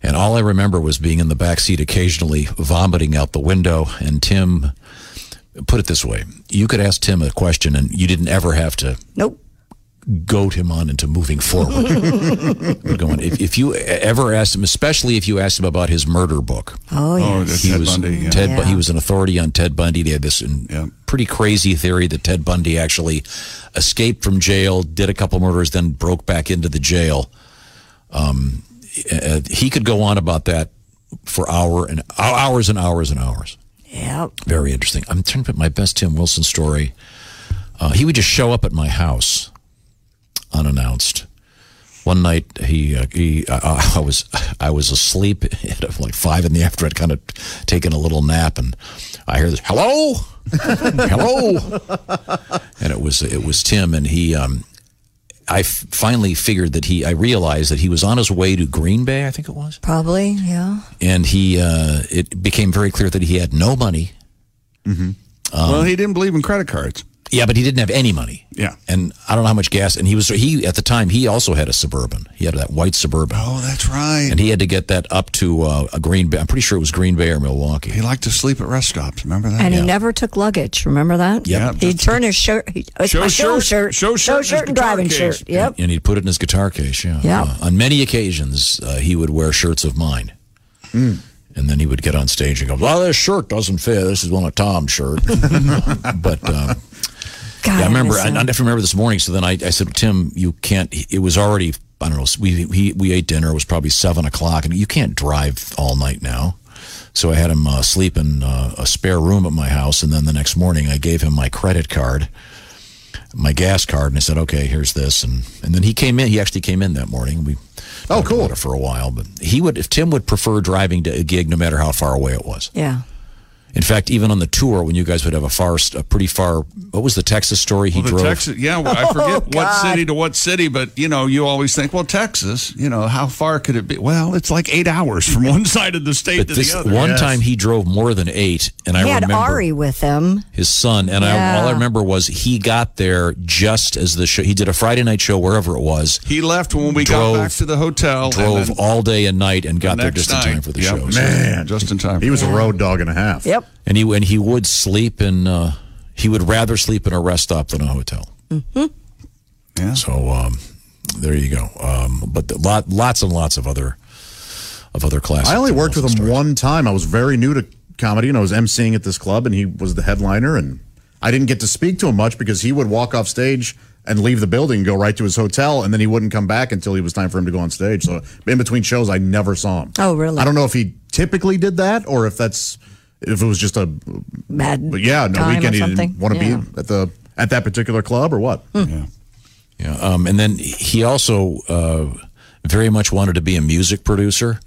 And all I remember was being in the back seat, occasionally vomiting out the window. And Tim, put it this way: you could ask Tim a question, and you didn't ever have to Nope. goad him on into moving forward. We're going. If, if you ever asked him, especially if you asked him about his murder book, Oh yeah. Oh, that's he Ted was Bundy. Yeah. Ted. Bu- Yeah. He was an authority on Ted Bundy. They had this in- Yeah. pretty crazy theory that Ted Bundy actually escaped from jail, did a couple murders, then broke back into the jail. Um, uh, he could go on about that for hour and hours and hours and hours. Yeah. Very interesting. I'm trying to put my best Tim Wilson story. Uh, he would just show up at my house unannounced. One night, he uh, he uh, I was I was asleep at like five in the afternoon. I'd kind of taken a little nap, and I hear this hello, hello, and it was it was Tim, and he um, I f- finally figured that he I realized that he was on his way to Green Bay, I think it was, Probably. Yeah. and he uh, it became very clear that he had no money. Um, well, he didn't believe in credit cards. Yeah, but he didn't have any money. Yeah. and I don't know how much gas. And he was he at the time he also had a suburban. He had that white suburban, Oh, that's right. and he had to get that up to uh, a Green Bay. I'm pretty sure it was Green Bay or Milwaukee. he liked to sleep at rest stops. Remember that? And he never took luggage. Remember that? Yeah. He'd turn his shirt. He, it's Show my show shirt, shirt. show shirt and his and guitar driving case. shirt. Yep. And he'd put it in his guitar case. Yeah. Uh, Yeah. on many occasions, uh, he would wear shirts of mine. Hmm. And then he would get on stage and go, "Well, this shirt doesn't fit. This is one of Tom's shirt." but um, God, Yeah, I remember. miss I, I him. definitely remember this morning. So then I, I said, Tim, you can't. It was already. I don't know. We we we ate dinner. It was probably seven o'clock, and you can't drive all night now. So I had him uh, sleep in uh, a spare room at my house, and then the next morning I gave him my credit card, my gas card, and I said, "Okay, here's this." And and then he came in. He actually came in that morning. We Oh, talked cool. about it for a while, but he would. If Tim would prefer driving to a gig, no matter how far away it was. yeah. In fact, even on the tour, when you guys would have a far, a pretty far. What was the Texas story he Well, the drove? Texas, yeah, well, I forget what city to what city, but you know, you always think, well, Texas, you know, how far could it be? Well, it's like eight hours from one side of the state But to this the other. one Yes. time he drove more than eight, and I He had remember Ari with him. his son. And I, Yeah. all I remember was he got there just as the show. He did a Friday night show wherever it was, He left when we Drove- got back to the hotel. and drove then all day and night, and got there next just in time night. for the Yep. show. So- Man, just in time. He was a road dog and a half. Yep. And he and he would sleep in. Uh, he would rather sleep in a rest stop than a hotel. Yeah. So um, there you go. Um, but the, lot, lots and lots of other of other classes. I only worked with him one time. I was very new to comedy and I was emceeing at this club and he was the headliner and I didn't get to speak to him much because he would walk off stage and leave the building, go right to his hotel, and then he wouldn't come back until it was time for him to go on stage. So in between shows, I never saw him. Oh, really? I don't know if he typically did that or if that's if it was just a Mad. but yeah, no time or weekend he something. didn't want to Yeah. Hmm. be at the at that particular club or what. yeah. Yeah, um, and then he also uh, very much wanted to be a music producer,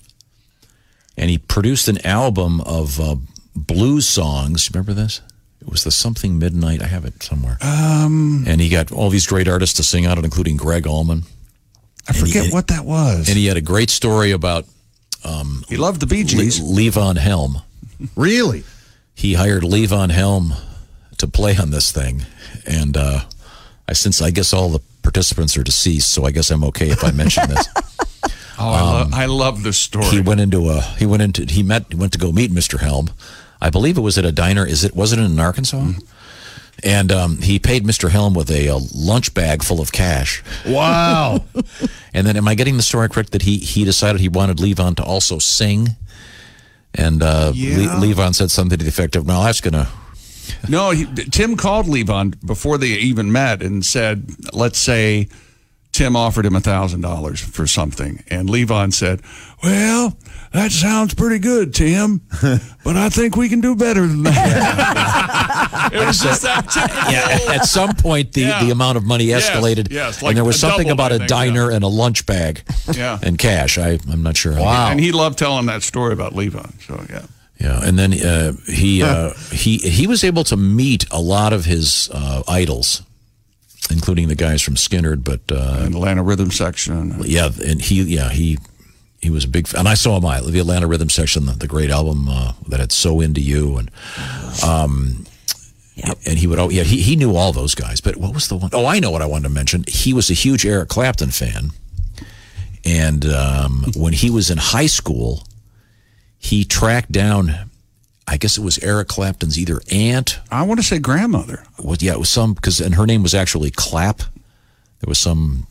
and he produced an album of uh, blues songs. Remember this? It was the something midnight. I have it somewhere. Um, and he got all these great artists to sing on it, including Greg Allman. I forget what that was. And he had a great story about he loved the Bee Le- Gees. Levon Helm. Really? he hired Levon Helm to play on this thing, and uh, I since I guess all the participants are deceased, so I guess I'm okay if I mention this. oh, I, lo- I love this he story. went into a he went into he met he went to go meet Mr. Helm. I believe it was at a diner. Is it was it in Arkansas? Mm-hmm. And um, he paid Mr. Helm with a, uh lunch bag full of cash. Wow. And then, am I getting the story correct that he he decided he wanted Levon to also sing? And uh, Le- Levon said something to the effect of, "Well, that's gonna." No, he, Tim called Levon before they even met and said, let's say Tim offered him $1,000 for something. And Levon said, well, that sounds pretty good, Tim, but I think we can do better than that. it was just that typical. yeah, at some point the, Yeah. the amount of money Yes, escalated, yes, like and there was a something double, about I a think, diner and a lunch bag, Yeah. and cash. I I'm not sure. Wow, Oh. And he loved telling that story about Levon. So, yeah. Yeah, and then uh, he uh, he he was able to meet a lot of his uh, idols, including the guys from Skinnerd. But uh, Atlanta Rhythm Section. yeah, and he yeah he he was a big fan. And I saw him I the Atlanta Rhythm Section, the, the great album uh, that had "So Into You" and um. And he would, al- yeah, he, he knew all those guys. But what was the one? Oh, I know what I wanted to mention. He was a huge Eric Clapton fan. And um, when he was in high school, he tracked down, I guess it was Eric Clapton's either aunt I want to say grandmother. was yeah, it was some because and her name was actually Clap. There was some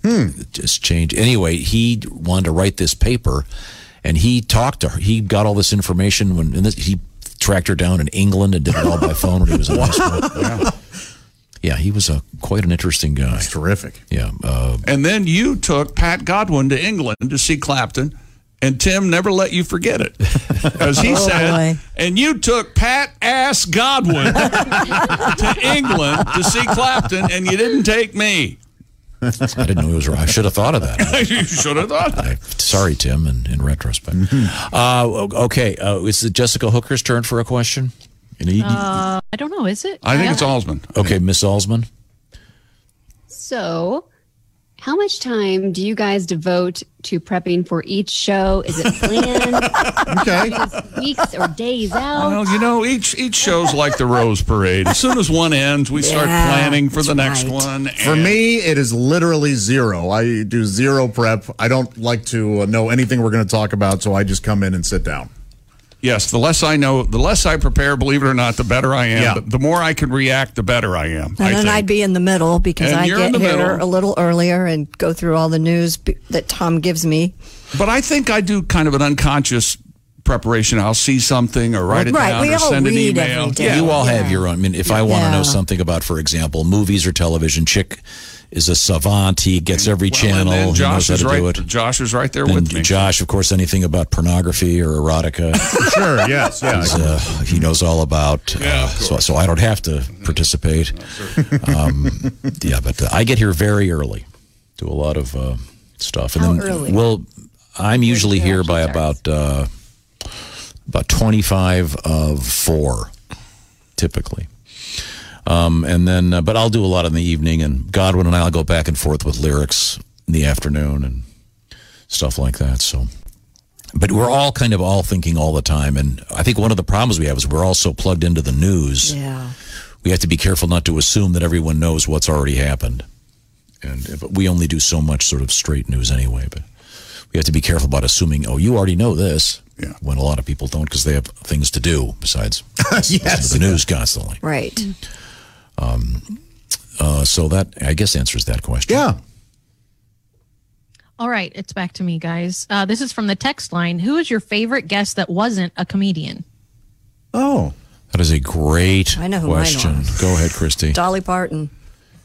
just change. Anyway, he wanted to write this paper, and he talked to her. He got all this information when and this, he tracked her down in England and did it all by phone when he was in high school. Yeah. he was a quite an interesting guy. It's terrific. Yeah, uh, And then you took Pat Godwin to England to see Clapton, and Tim never let you forget it. As he said, Oh, boy. and you took Pat Ass Godwin to England to see Clapton, and you didn't take me. I didn't know he was. I should have thought of that. you should have thought that. I, sorry, Tim. In, in retrospect, uh, o- okay, uh, is it Jessica Hooker's turn for a question? And he- Uh, I don't know. Is it? I think it's Osmond. okay, Miss Alsman. So, how much time do you guys devote to prepping for each show? Is it planned Okay. weeks or days out? Well, you know, each each show's like the Rose Parade. As soon as one ends, we start Yeah, planning for the that's next right. one. For and- me, it is literally zero. I do zero prep. I don't like to uh, know anything we're going to talk about, so I just come in and sit down. yes, the less I know, the less I prepare. Believe it or not, the better I am. Yeah. But the more I can react, the better I am. And I then think. I'd be in the middle because And I you're in get the here middle. a little earlier and go through all the news b- that Tom gives me. But I think I do kind of an unconscious preparation. I'll see something or write it Right, down we or all send an read email. every day. You Yeah. all have your own. I mean, if I want to know Yeah. something about, for example, movies or television, Chick is a savant. He gets every Well, channel. And then he knows Josh how is to right. do it. Josh is right there And with me. Josh, of course, anything about pornography or erotica, Sure. Yes. Yeah. is, uh, he knows all about. Yeah, uh, of so, so I don't have to participate. um, yeah, but uh, I get here very early, do a lot of uh, stuff, and How then early? well, I'm usually here by about uh, about twenty five of four, typically. Um, and then, uh, but I'll do a lot in the evening, and Godwin and I'll go back and forth with lyrics in the afternoon and stuff like that. So, but we're all kind of all thinking all the time, and I think one of the problems we have is we're all so plugged into the news. Yeah. We have to be careful not to assume that everyone knows what's already happened, and uh, but we only do so much sort of straight news anyway. But we have to be careful about assuming, oh, you already know this, Yeah. when a lot of people don't because they have things to do besides listening Yes. to the news constantly. Right. Uh, so that I guess answers that question. Yeah. All right, it's back to me, guys. Uh, this is from the text line. Who is your favorite guest that wasn't a comedian? Oh. that is a great I know who mine question. was. Go ahead, Christy. Dolly Parton.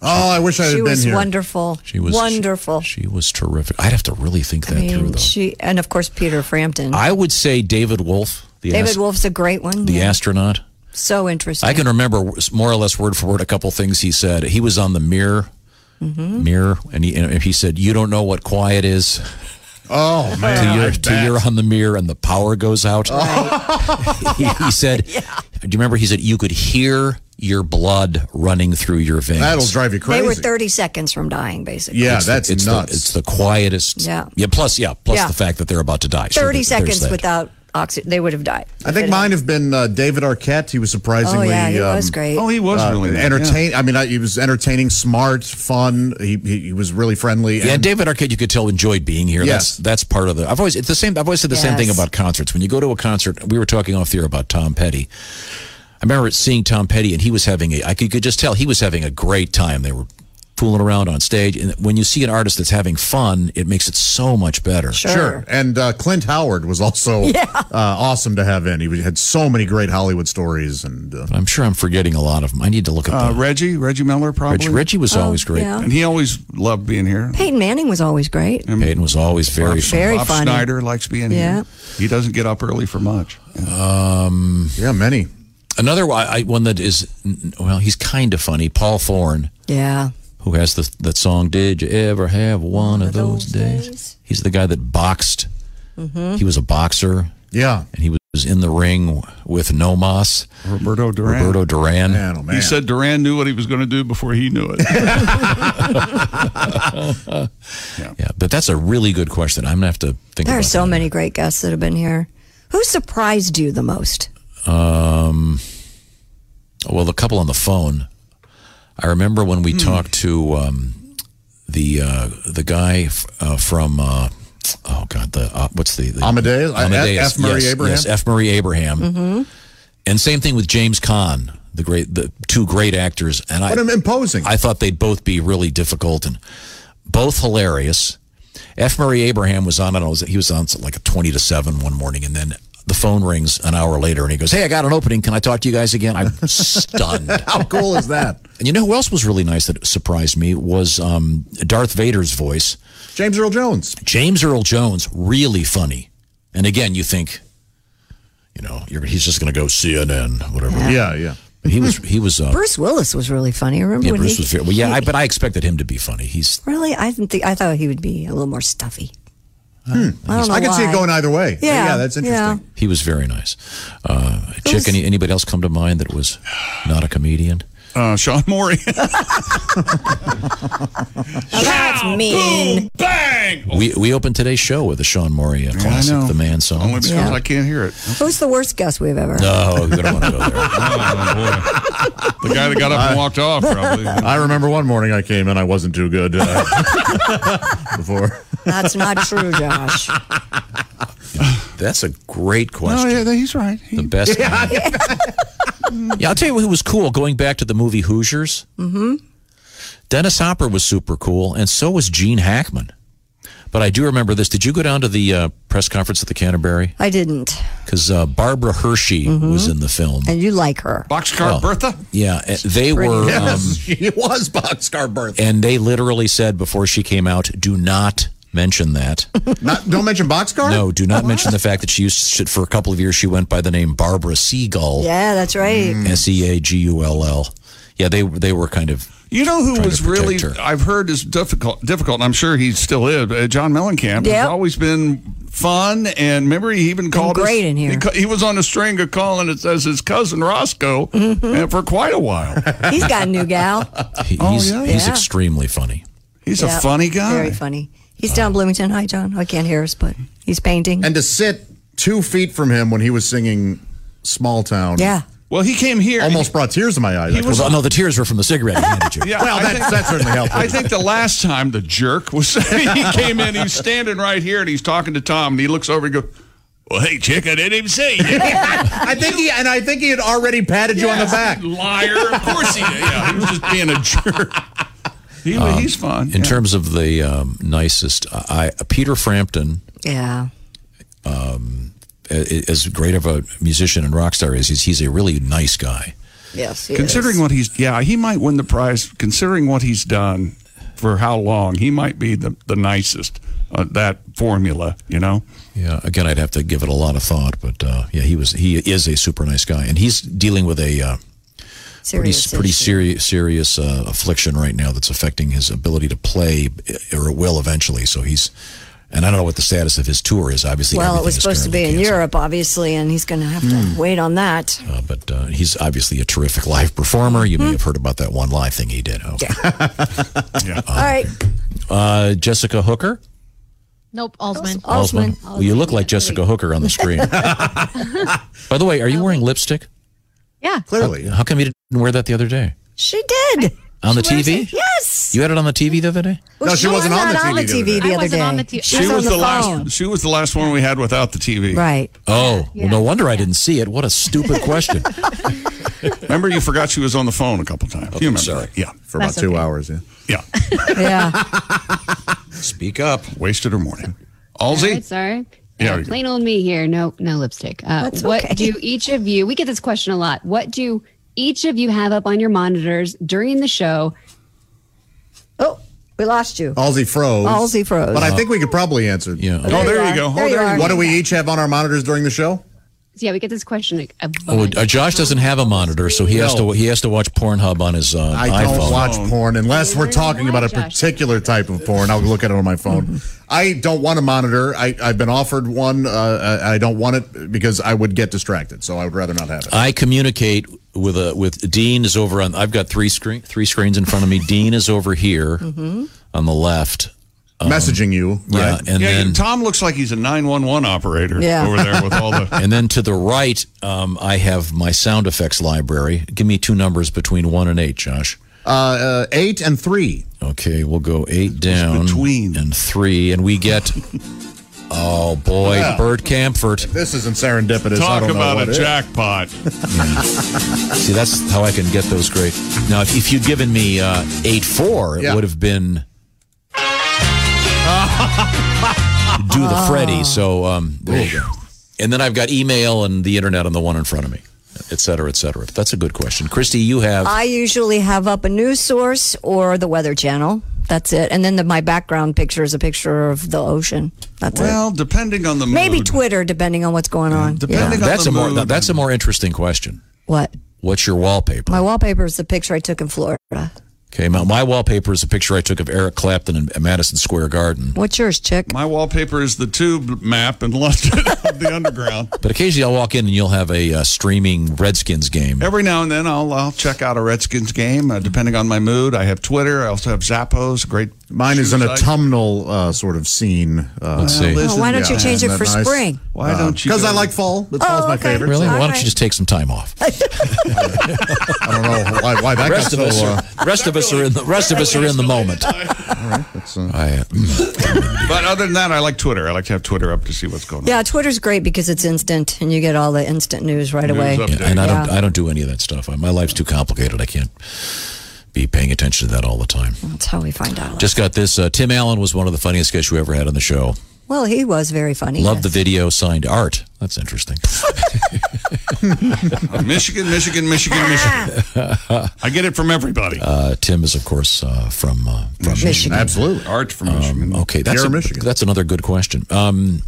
Oh, I wish I had She been was here. wonderful. She was wonderful. She, she was terrific. I'd have to really think that I mean, through, though. she and of course Peter Frampton. I would say David Wolf, the David ast- Wolf's a great one. the yeah. astronaut. so interesting. I can remember w- more or less word for word a couple things he said. He was on the mirror, Mm-hmm. mirror, and he and he said, "You don't know what quiet is." Oh man. to I your to bet. your on the mirror and the power goes out. he, he said, "Do you remember?" He said, "You could hear your blood running through your veins." That'll drive you crazy. they were 30 seconds from dying, basically. Yeah, It's the- that's it's nuts. The, it's the quietest. Yeah. Yeah. Plus, yeah. Plus Yeah. the fact that they're about to die. 30 So there- there's seconds that. without oxygen, they would have died. I think mine have been uh, David Arquette. He was Oh surprisingly yeah, he um, was great. Oh, he was really nice, yeah. entertain. I mean, I, he was entertaining, smart, fun. He he, he was really friendly. Yeah, and- David Arquette, you could tell enjoyed being here. Yes. That's that's part of the. I've always it's the same. I've always said the same Yes. thing about concerts. When you go to a concert, we were talking off the air about Tom Petty. I remember seeing Tom Petty, and he was having a. I could, could just tell he was having a great time. They were fooling around on stage, and when you see an artist that's having fun, it makes it so much better. Sure. And uh, Clint Howard was also uh, awesome to have in. He had so many great Hollywood stories. And uh, I'm sure I'm forgetting a lot of them. I need to look at Uh, them. Reggie, Reggie Miller, probably. Reggie, Reggie was always great. Oh, yeah. And he always loved being here. Peyton Manning was always Mm. great. Peyton was always very fun. Very Bob funny. Schneider likes being Yeah. here. He doesn't get up early for much. yeah, many. Another one- I, one that is well, he's kind of funny. Paul Thorne. Yeah. who has the that song "Did You Ever Have One, of Mm-hmm. Those, days? He's the guy that boxed. He was a boxer, Yeah. and he was. was in the ring with Nomos, Roberto Duran. Roberto Duran. Man, oh man. He said Duran knew what he was going to do before he knew it. Yeah, but that's a really good question. I'm gonna have to think. There are about so that. many great guests that have been here. Who surprised you the most? Um, Well, the couple on the phone. I remember when Hmm. we talked to um, the uh, the guy f- uh, from uh, oh god the uh, what's the, the Amadeus? Uh, F- F. Murray yes, Abraham? yes, F Murray Abraham and same thing with James Caan the great the two great actors and I What an imposing. I thought they'd both be really difficult and both hilarious. F. Murray Abraham was on, I don't know, he was on like a 20 to 7 one morning, and then the phone rings an hour later and he goes, Hey, I got an opening. Can I talk to you guys again? I'm stunned. How cool is that? And you know who else was really nice that surprised me was um, Darth Vader's voice. James Earl Jones. James Earl Jones, really funny. And again, you think, you know, you're, he's just going to go CNN, whatever. Yeah, yeah. But He was, he was, uh, Bruce Willis was really funny. Remember yeah, when Bruce he, was, fair- well, yeah, I, but I expected him to be funny. He's, really? I didn't think I thought he would be a little more stuffy. I don't know Hmm. I can see it why. going either way. Yeah, that's interesting. He was very nice. Uh, Chick, any, anybody else come to mind that was not a comedian? Uh, Sean Morey. Now Oh, that's mean. Bang! We we opened today's show with a Sean Maury uh, classic, know. the man song. Only because Yeah. I can't hear it. Who's the worst guest we've ever? had? Oh, we don't want to go there. The guy that got up and walked off, probably. I remember one morning I came in, I wasn't too good uh, before. That's not true, Josh. That's a great Oh, question. yeah, he's right. He- The best. Yeah, I'll tell you who was cool. Going back to the movie Hoosiers, mm-hmm. Dennis Hopper was super cool, and so was Gene Hackman. But I do remember this. Did you go down to the uh, press conference at the Canterbury? I didn't. Because uh, Barbara Hershey was in the film. And you like her. Boxcar Bertha? Yeah, uh, they were. um, it was Boxcar Bertha. And they literally said before she came out, do not mention that. Not, don't mention Boxcar? No, do not mention the fact that she used to, for a couple of years she went by the name Barbara Seagull, Yeah, that's right. S E A G U L L. Yeah, they they were kind of You know who Trying to was really protect her. I've heard is difficult difficult. and I'm sure he still is. Uh, John Mellencamp has Yep. always been fun, and remember he even called us- great in here. He, ca- he was on a string of calling it as his cousin Roscoe, Mm-hmm. and for quite a while. He's got a new gal. he, Oh, he's yeah? he's Yeah. extremely funny. He's Yeah, a funny guy. Very funny. He's down in Bloomington. Hi, John. I can't hear us, but he's painting. And to sit two feet from him when he was singing Small Town yeah. Well, he came here. almost brought tears to my eyes. was- Well, no, the tears were from the cigarette he handed you. Yeah, well, I that, think- that certainly helped. I think the last time the jerk was he came in, he's standing right here and he's talking to Tom and he looks over and goes, Well, hey, chick, I didn't even see you. I think he and I think he had already patted you on the back. Liar. Of course he did. Yeah, he was just being a jerk. He, Uh, he's fun. In yeah. terms of the um, nicest, I, I Peter Frampton, Yeah. a- as great of a musician and rock star as he's, he's a really nice guy. Yes. he Considering is. what he's, yeah, he might win the prize. Considering what he's done for how long, he might be the, the nicest. Uh, that formula, you know. Yeah, again, I'd have to give it a lot of thought, but uh, yeah, he was he is a super nice guy, and he's dealing with a uh, pretty serious pretty issue. serious serious uh, affliction right now that's affecting his ability to play, uh, or it will eventually. So he's, and I don't know what the status of his tour is. Obviously, Well, it everything was is supposed to be currently in canceled. Europe, obviously, and he's going to have to wait on that. Uh, but uh, he's obviously a terrific live performer. Hmm. You may have heard about that one live thing he did. Oh. All right, Uh, Jessica Hooker. Nope, Alsman. Altman. Well, you look like Jessica Hooker on the screen. By the way, are you wearing lipstick? Yeah. Clearly, How come you didn't wear that the other day She did. on the She wears TV? it. Yes. You had it on the TV the other day? Well, No, she wasn't was on the not TV the other TV day. the I other wasn't on the day. TV. She She was on was the Oh. phone. last. She was the last one we had without the TV. Right. Oh, well, no wonder I didn't see it. What a stupid question. Remember, you forgot she was on the phone a couple times. you remember? sorry. Yeah. for about That's two okay. hours. Yeah. Yeah. Yeah. Speak up. Wasted her morning. All right, Allsy. sorry. Yeah, we- plain old me here. No, no lipstick. Uh, That's okay. What do each of you? We get this question a lot. What do each of you have up on your monitors during the show? Oh, we lost you. Halsey froze. Halsey froze. But I think we could probably answer. Yeah. Oh, there you you are. go. There oh, you there are. What do we each have on our monitors during the show? So, yeah, we get this question like, a Oh, bunch. uh, Josh doesn't have a monitor, so he has to he has to watch Pornhub on his uh, I don't iPhone. watch porn unless we're Where's talking my about a Josh? particular type of porn. I'll look at it on my phone. I don't want a monitor. I, I've been offered one. Uh, uh, I don't want it because I would get distracted. So I would rather not have it. I communicate with a with Dean is over on. I've got three screen three screens in front of me. Dean is over here on the left. Messaging you, Um, Yeah, right? and yeah, then Tom looks like he's a 911 operator Yeah. over there with all the. and then to the right, um, I have my sound effects library. Give me two numbers between one and eight, Josh. Uh, eight and three. Okay, we'll go eight down between. and three, and we get. Oh boy, Bert Camford. This isn't serendipitous. I Talk don't know about what a is. jackpot. See, that's how I can get those great. Now, if, if you'd given me uh, eight four, it Yeah. would have been do the Freddy. So um, there you go. And then I've got email and the internet on the one in front of me, et cetera, et cetera. That's a good question, Christy. You have I usually have up a news source or the Weather Channel. That's it. And then the, my background picture is a picture of the ocean. That's it. Well, depending on the Maybe mood. Twitter, depending on what's going on. Depending Yeah. on that's the a more mood. that's a more interesting question. What? What's your wallpaper? My wallpaper is the picture I took in Florida. okay, my, my wallpaper is a picture I took of Eric Clapton in Madison Square Garden. What's yours, chick? My wallpaper is the tube map in London of the underground. But occasionally I'll walk in and you'll have a uh, streaming Redskins game. Every now and then, I'll I'll check out a Redskins game uh, depending on my mood. I have Twitter. I also have Zappos. Great. Mine is shoe an site. autumnal uh, sort of scene. Uh, Let's see. Oh, why don't you yeah, change it isn't for that nice? spring? Oh, Why don't you? Because go- I like fall. It's fall's my okay. favorite. Really? Why don't right. you just take some time off? I don't know why, why that The got rest of so. us Uh, are rest of us are in the rest of us are in the moment. it's, uh, I, uh, But other than that, I like Twitter. I like to have Twitter up to see what's going on. Yeah, Twitter's great because it's instant and you get all the instant news right away. update. and I don't Yeah. I don't do any of that stuff. I, my life's too complicated. I can't be paying attention to that all the time. That's how we find out. Just got this. Uh, Tim Allen was one of the funniest guests we ever had on the show. well, he was very funny. Love the yes. video. Signed art. That's interesting. Michigan, Michigan, Michigan, Michigan. I get it from everybody. Uh, Tim is of course uh, from uh, from Michigan. absolutely. Art from Michigan. Okay, that's Here a, Mm-hmm. in Michigan. that's another good question. Um,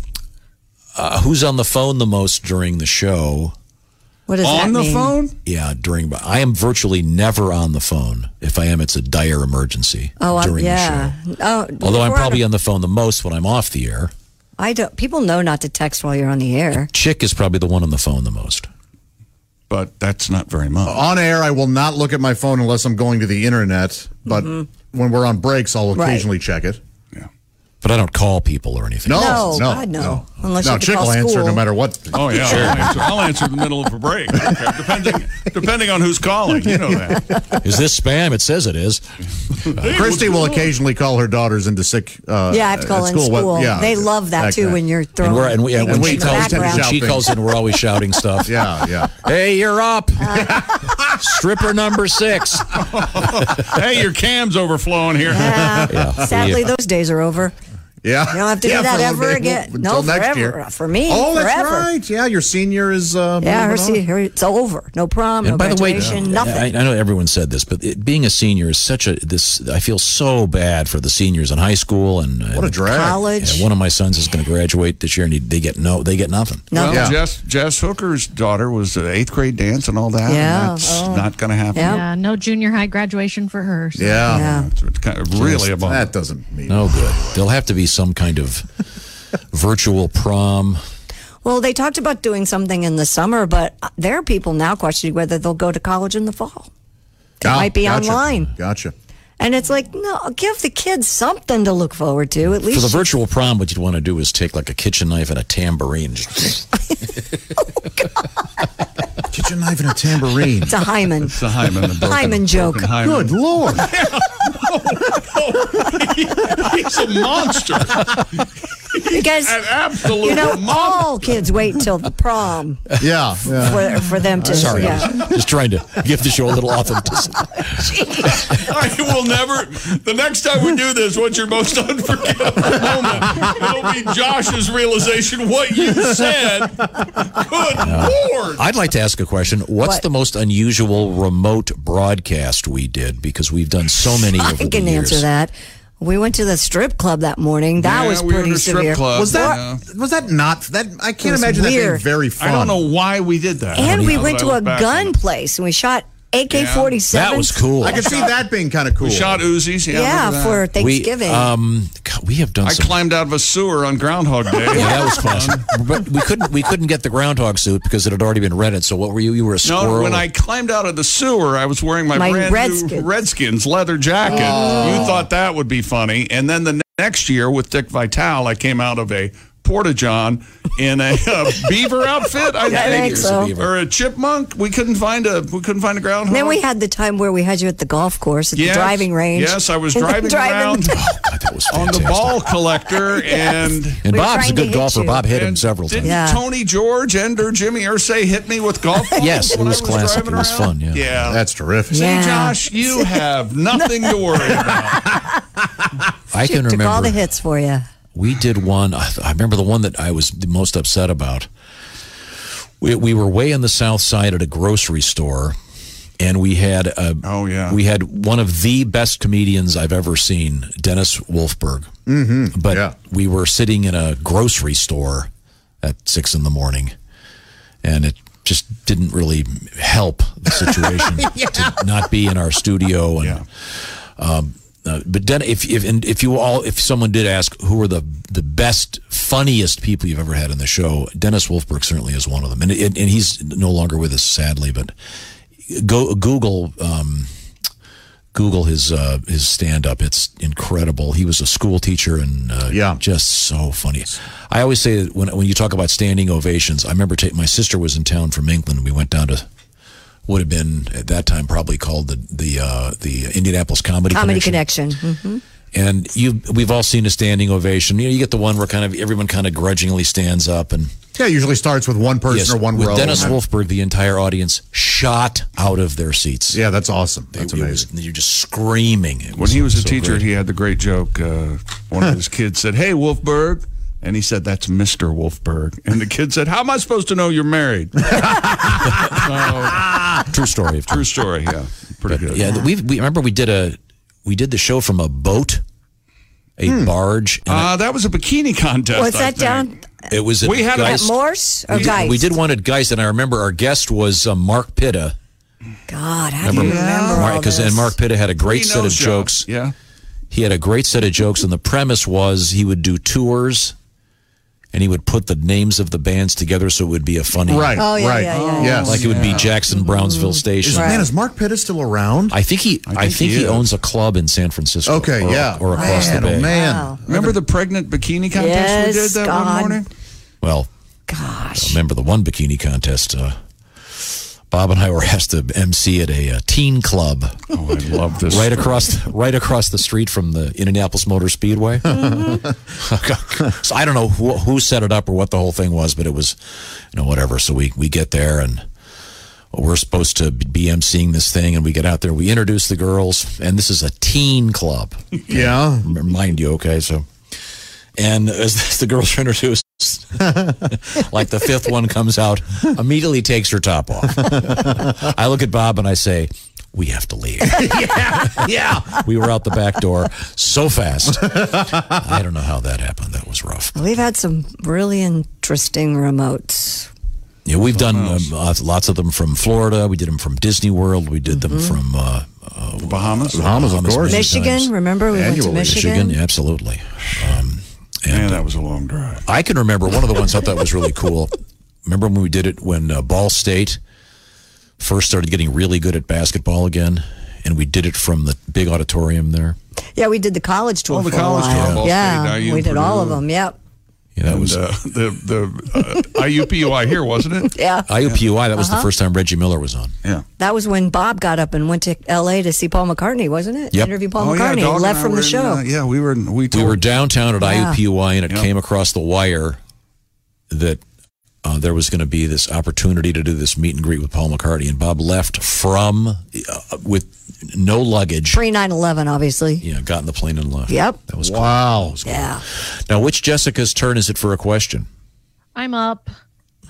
uh, who's on the phone the most during the show? What does that On the mean? phone? Yeah, during but I am virtually never on the phone. If I am, it's a dire emergency Oh, I- during yeah. the show. Oh, Although I'm we're on probably a- on the phone the most when I'm off the air. I don't. People know not to text while you're on the air. Chick is probably the one on the phone the most. But that's not very much. on air, I will not look at my phone unless I'm going to the internet. But when we're on breaks, I'll Mm-hmm. Right. occasionally check it. Yeah. But I don't call people or anything. No, No, no, God, no. Unless you no, have to Chick call will answer school. no matter what. Oh yeah, I'll, answer, I'll answer in the middle of a break, Okay, depending depending on who's calling. You know that. Is this spam? It says it is. Christy will occasionally call her daughters into sick. Uh, Yeah, I have to call at in what- school. yeah, they love that too kind. when you're throwing. And we're and we, and when we she tend to calls in, when shout she things. calls in, we're always shouting stuff. Yeah, yeah. Hey, you're up. Uh. Stripper number six. hey, your cam's overflowing here. Yeah. Sadly, those days are over. Yeah. You don't have to Yeah, do that for a ever little bit. again. Well, No, until next forever. year. For me, Oh, that's forever. right. Yeah, your senior is. Uh, Yeah, her, moving on. see, her, it's over. No prom, no And by the way, graduation, nothing. I, I know everyone said this, but it, being a senior is such a this. I feel so bad for the seniors in high school and, and What a drag. College. Yeah, one of my sons is going to graduate this year, and he, they get no, they get nothing. no. Well, Yeah. Jess, Jess Hooker's daughter was at eighth grade dance and all that. Yeah. And that's not going to happen. Yeah. Yeah, no junior high graduation for her. so- Yeah. Yeah. It's it's kind of really a bummer. That doesn't mean. No good. There'll have to be some kind of virtual prom. Well, they talked about doing something in the summer, but uh, there are people now questioning whether they'll go to college in the fall. It Ah, might be gotcha. online. Gotcha. And it's like, no, give the kids something to look forward to. At For the least virtual prom, what you'd want to do is take like a kitchen knife and a tambourine. Just- Kitchen knife and a tambourine. it's a hymen. It's a Hyman. a broken- Hyman broken joke. Hyman. Good lord. He's a monster. Because, An absolute you know, monster. all kids wait till the prom yeah. yeah. for, for them to. Sorry, I yeah. was just trying to give the show a little authenticity. I will never. The next time we do this, what's your most unforgettable moment? It'll be Josh's realization what you said. Good lord. I'd like to ask a question. What's What? the most unusual remote broadcast we did? Because we've done so many. I over the can years. answer that. We went to the strip club that morning. That Yeah, was we were in pretty a strip severe. club. Was that Yeah. was that not that? I It can't was imagine that being weird. very fun. I don't know why we did that. And we Now went that to I a look back on gun it. place and we shot AK-47. That was cool. I could see that being kind of cool. We shot Uzis. Yeah, Yeah, look at that. for we, Thanksgiving. um, God, we have done I some. climbed out of a sewer on Groundhog Day. yeah, that was fun. but we couldn't we couldn't get the groundhog suit because it had already been rented. So what were you? You were a No, squirrel. when I climbed out of the sewer, I was wearing my, My brand new Redskins. Oh. Redskins leather jacket. You thought that would be funny, and then the ne- next year with Dick Vitale, I came out of a porta john in a, uh beaver outfit, I I think, think so. or a chipmunk. We couldn't find a we couldn't find a groundhog. And then we had the time where we had you at the golf course at Yes. the driving range. Yes, I was And then driving, around oh, God, that was on the fantastic. ball collector and. And We were Bob's a trying to good hit golfer. you. Bob hit him and several didn't times. Yeah. Tony George and or Jimmy Ursay hit me with golf balls Yes, it when I was classic. driving It was around? fun, yeah. yeah. That's terrific. See, Yeah. Josh, you have nothing to worry about. I can Took remember all the hits for you. we did one. I I remember the one that I was the most upset about. We, we were way on the south side at a grocery store, and we had a Oh, yeah. we had one of the best comedians I've ever seen, Dennis Wolfberg. Mm-hmm. But yeah. we were sitting in a grocery store at six in the morning, and it just didn't really help the situation to not be in our studio and. Yeah. Uh, but then, if if and if you all, if someone did ask who are the the best, funniest people you've ever had on the show, Dennis Wolfberg certainly is one of them, and and, and he's no longer with us, sadly. But go Google um, Google his uh, his stand up. It's incredible. He was a school teacher and uh, Yeah. just so funny. I always say that when when you talk about standing ovations, I remember ta- my sister was in town from England. and We went down to would have been at that time probably called the the uh, the Indianapolis Comedy Comedy Connection. Connection. hmm And you, we've all seen a standing ovation. You know, you get the one where kind of everyone kind of grudgingly stands up, and Yeah, it usually starts with one person or one with row. Dennis and then- Wolfberg, the entire audience shot out of their seats. Yeah, that's awesome. That's It was- amazing. you're just screaming. It When he was a so teacher, great. he had the great joke. Uh, one of his kids said, Hey, Wolfberg. And he said, That's Mr. Wolfberg. And the kid said, How am I supposed to know you're married? so, true story. Of true story. Yeah. Pretty good. Yeah, we we remember we did a we did the show from a boat, a Hmm. barge. And Uh, that was a bikini contest. What's I that think. down it was at we had a- at Geist. Morse or We- Geist? We did one at Geist, and I remember our guest was uh, Mark Pitta. God, how do you remember all Because this? and Mark Pitta had a great He set of knows jokes. Yeah. he had a great set of jokes, and the premise was he would do tours, and he would put the names of the bands together, so it would be a funny, Right. Oh, yeah, right. yeah, yeah, yeah. Yes. Like it would be Jackson Brownsville Station. Is- Man, is Mark Pitta still around? I think he, I think, he, he is. owns a club in San Francisco. okay, or, yeah. or across man, the bay. Oh, man. Wow. Remember the pregnant bikini contest we Yes, did that God. one morning? Well, Gosh. remember the one bikini contest? Uh, Bob and I were asked to MC at a, uh teen club Oh, I love this. right across right across the street from the Indianapolis Motor Speedway. so I don't know who, who set it up or what the whole thing was, but it was, you know, whatever. So we we get there and we're supposed to be emceeing this thing, and we get out there, we introduce the girls, and this is a teen club, Yeah. mind you. Okay, so. And as the girls are introduced, like the fifth one comes out, immediately takes her top off. I look at Bob and I say, We have to leave. Yeah. We were out the back door so fast. I don't know how that happened. That was rough. We've had some really interesting remotes. Yeah, we've done um, lots- lots of them from Florida. We did them from Disney World. We did them from uh, uh, Bahamas. Bahamas, of course. many Mm-hmm. Michigan, times. remember we Annually. went to Michigan? Michigan, yeah, absolutely. Um, Man, that was a long drive. I can remember one of the ones I thought was really cool. Remember when we did it when uh, Ball State first started getting really good at basketball again, and we did it from the big auditorium there. Yeah, we did the college tour Oh, the for college a tour, while. Ball State, yeah, IU, we did all of Purdue. them. Yep. Yeah, that was Uh, the the uh, IUPUI here, wasn't it? Yeah. IUPUI. That was Uh-huh. the first time Reggie Miller was on. Yeah. That was when Bob got up and went to L.A. to see Paul McCartney, wasn't it? Yep. Interview Paul Oh, yeah, McCartney. Dog and left I from were the in, show. uh, yeah, we were in- we, we told- were downtown at Yeah. IUPUI, and it Yep. came across the wire that uh, there was going to be this opportunity to do this meet and greet with Paul McCartney. And Bob left from uh, with no luggage. Pre 9 11, obviously. Yeah, got in the plane and left. Yep. That was cool. Wow. Yeah. Now, which Jessica's turn is it for a question? I'm up.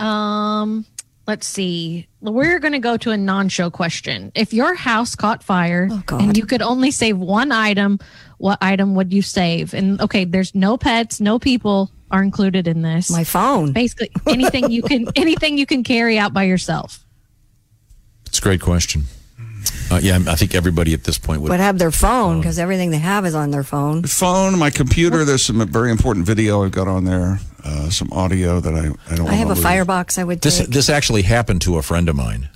Um, Let's see. We're going to go to a non show question. If your house caught fire Oh, God. and you could only save one item, what item would you save? And okay, there's no pets, no people are included in this. My phone. Basically, anything you can anything you can carry out by yourself. It's a great question. Uh, yeah, I think everybody at this point would. Would have their phone because everything they have is on their phone. phone, my computer. There's some very important video I've got on there, uh, some audio that I, I don't I have wanna a lose. firebox I would this take. this actually happened to a friend of mine.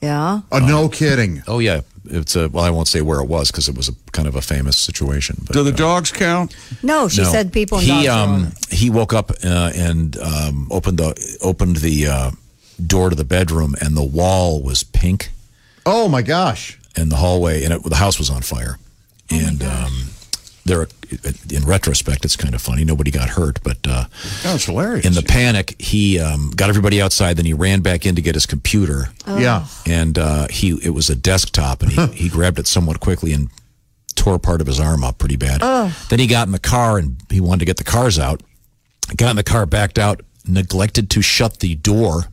yeah. Oh, no kidding. Oh yeah, it's a well. I won't say where it was because it was a kind of a famous situation. But Do the uh, dogs count? No, she no. said people and He dogs are on um he woke up uh, and um, opened the opened the uh, door to the bedroom and the wall was pink Oh my gosh. in the hallway and it, the house was on fire Oh and um, there in retrospect it's kind of funny nobody got hurt but uh, That's hilarious. in the panic he um, got everybody outside then he ran back in to get his computer Oh. Yeah. and uh, he it was a desktop, and he, he grabbed it somewhat quickly and tore part of his arm up pretty bad. Then he got in the car and he wanted to get the cars out. Got in the car, backed out, neglected to shut the door